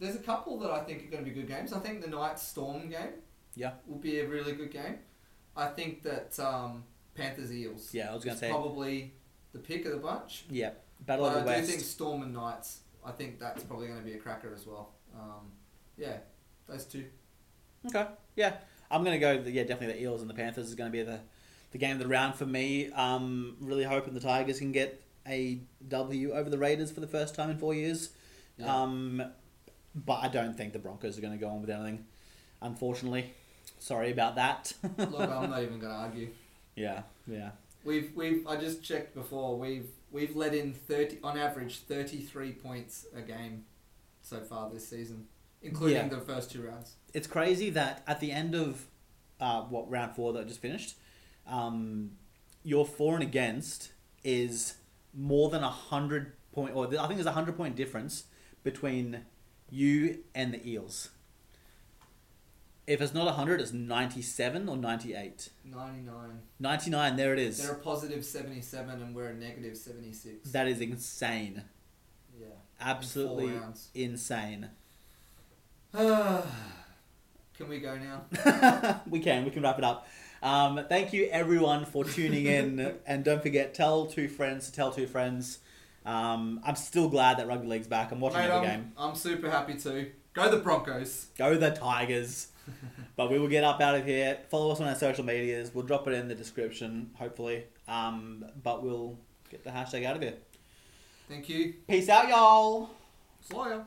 There's a couple that I think are going to be good games. I think the Knights Storm game.
Yeah.
Will be a really good game. I think that um, Panthers Eels.
Yeah, I was going
is
to say.
probably the pick of the bunch.
yeah. Battle of
but
the
I
West.
do think Storm and Knights. I think that's probably going to be a cracker as well. Um, yeah, those two.
Okay. Yeah. I'm going to go, the, yeah, definitely the Eels and the Panthers is going to be the, the game of the round for me. Um, really hoping the Tigers can get a W over the Raiders for the first time in four years.
Yeah.
Um, but I don't think the Broncos are going to go on with anything, unfortunately. Sorry about that. <laughs>
Look, I'm not even going to argue.
yeah, yeah.
We've we've I just checked before we've we've let in thirty on average thirty three points a game so far this season, including
Yeah.
the first two rounds.
It's crazy that at the end of uh, what round four that I just finished, um, your for and against is more than a hundred point, or I think there's a hundred point difference between you and the Eels. If it's not 100, it's 97 or 98.
Ninety nine.
99, there it is.
They're a positive seventy seven and we're a negative seventy six.
That is insane.
yeah.
Absolutely
Four rounds. <sighs>
insane.
Can we go now?
we can, we can wrap it up. Um, thank you everyone for tuning in, and don't forget, tell two friends to tell two friends. Um, I'm still glad that rugby league's back. I'm watching
Mate,
every
I'm,
game.
I'm super happy too. Go the Broncos.
Go the Tigers! but we will get up out of here. Follow us on our social medias. We'll drop it in the description, hopefully. Um, but we'll get the hashtag out of here.
Thank you.
Peace out, y'all.
Slyer.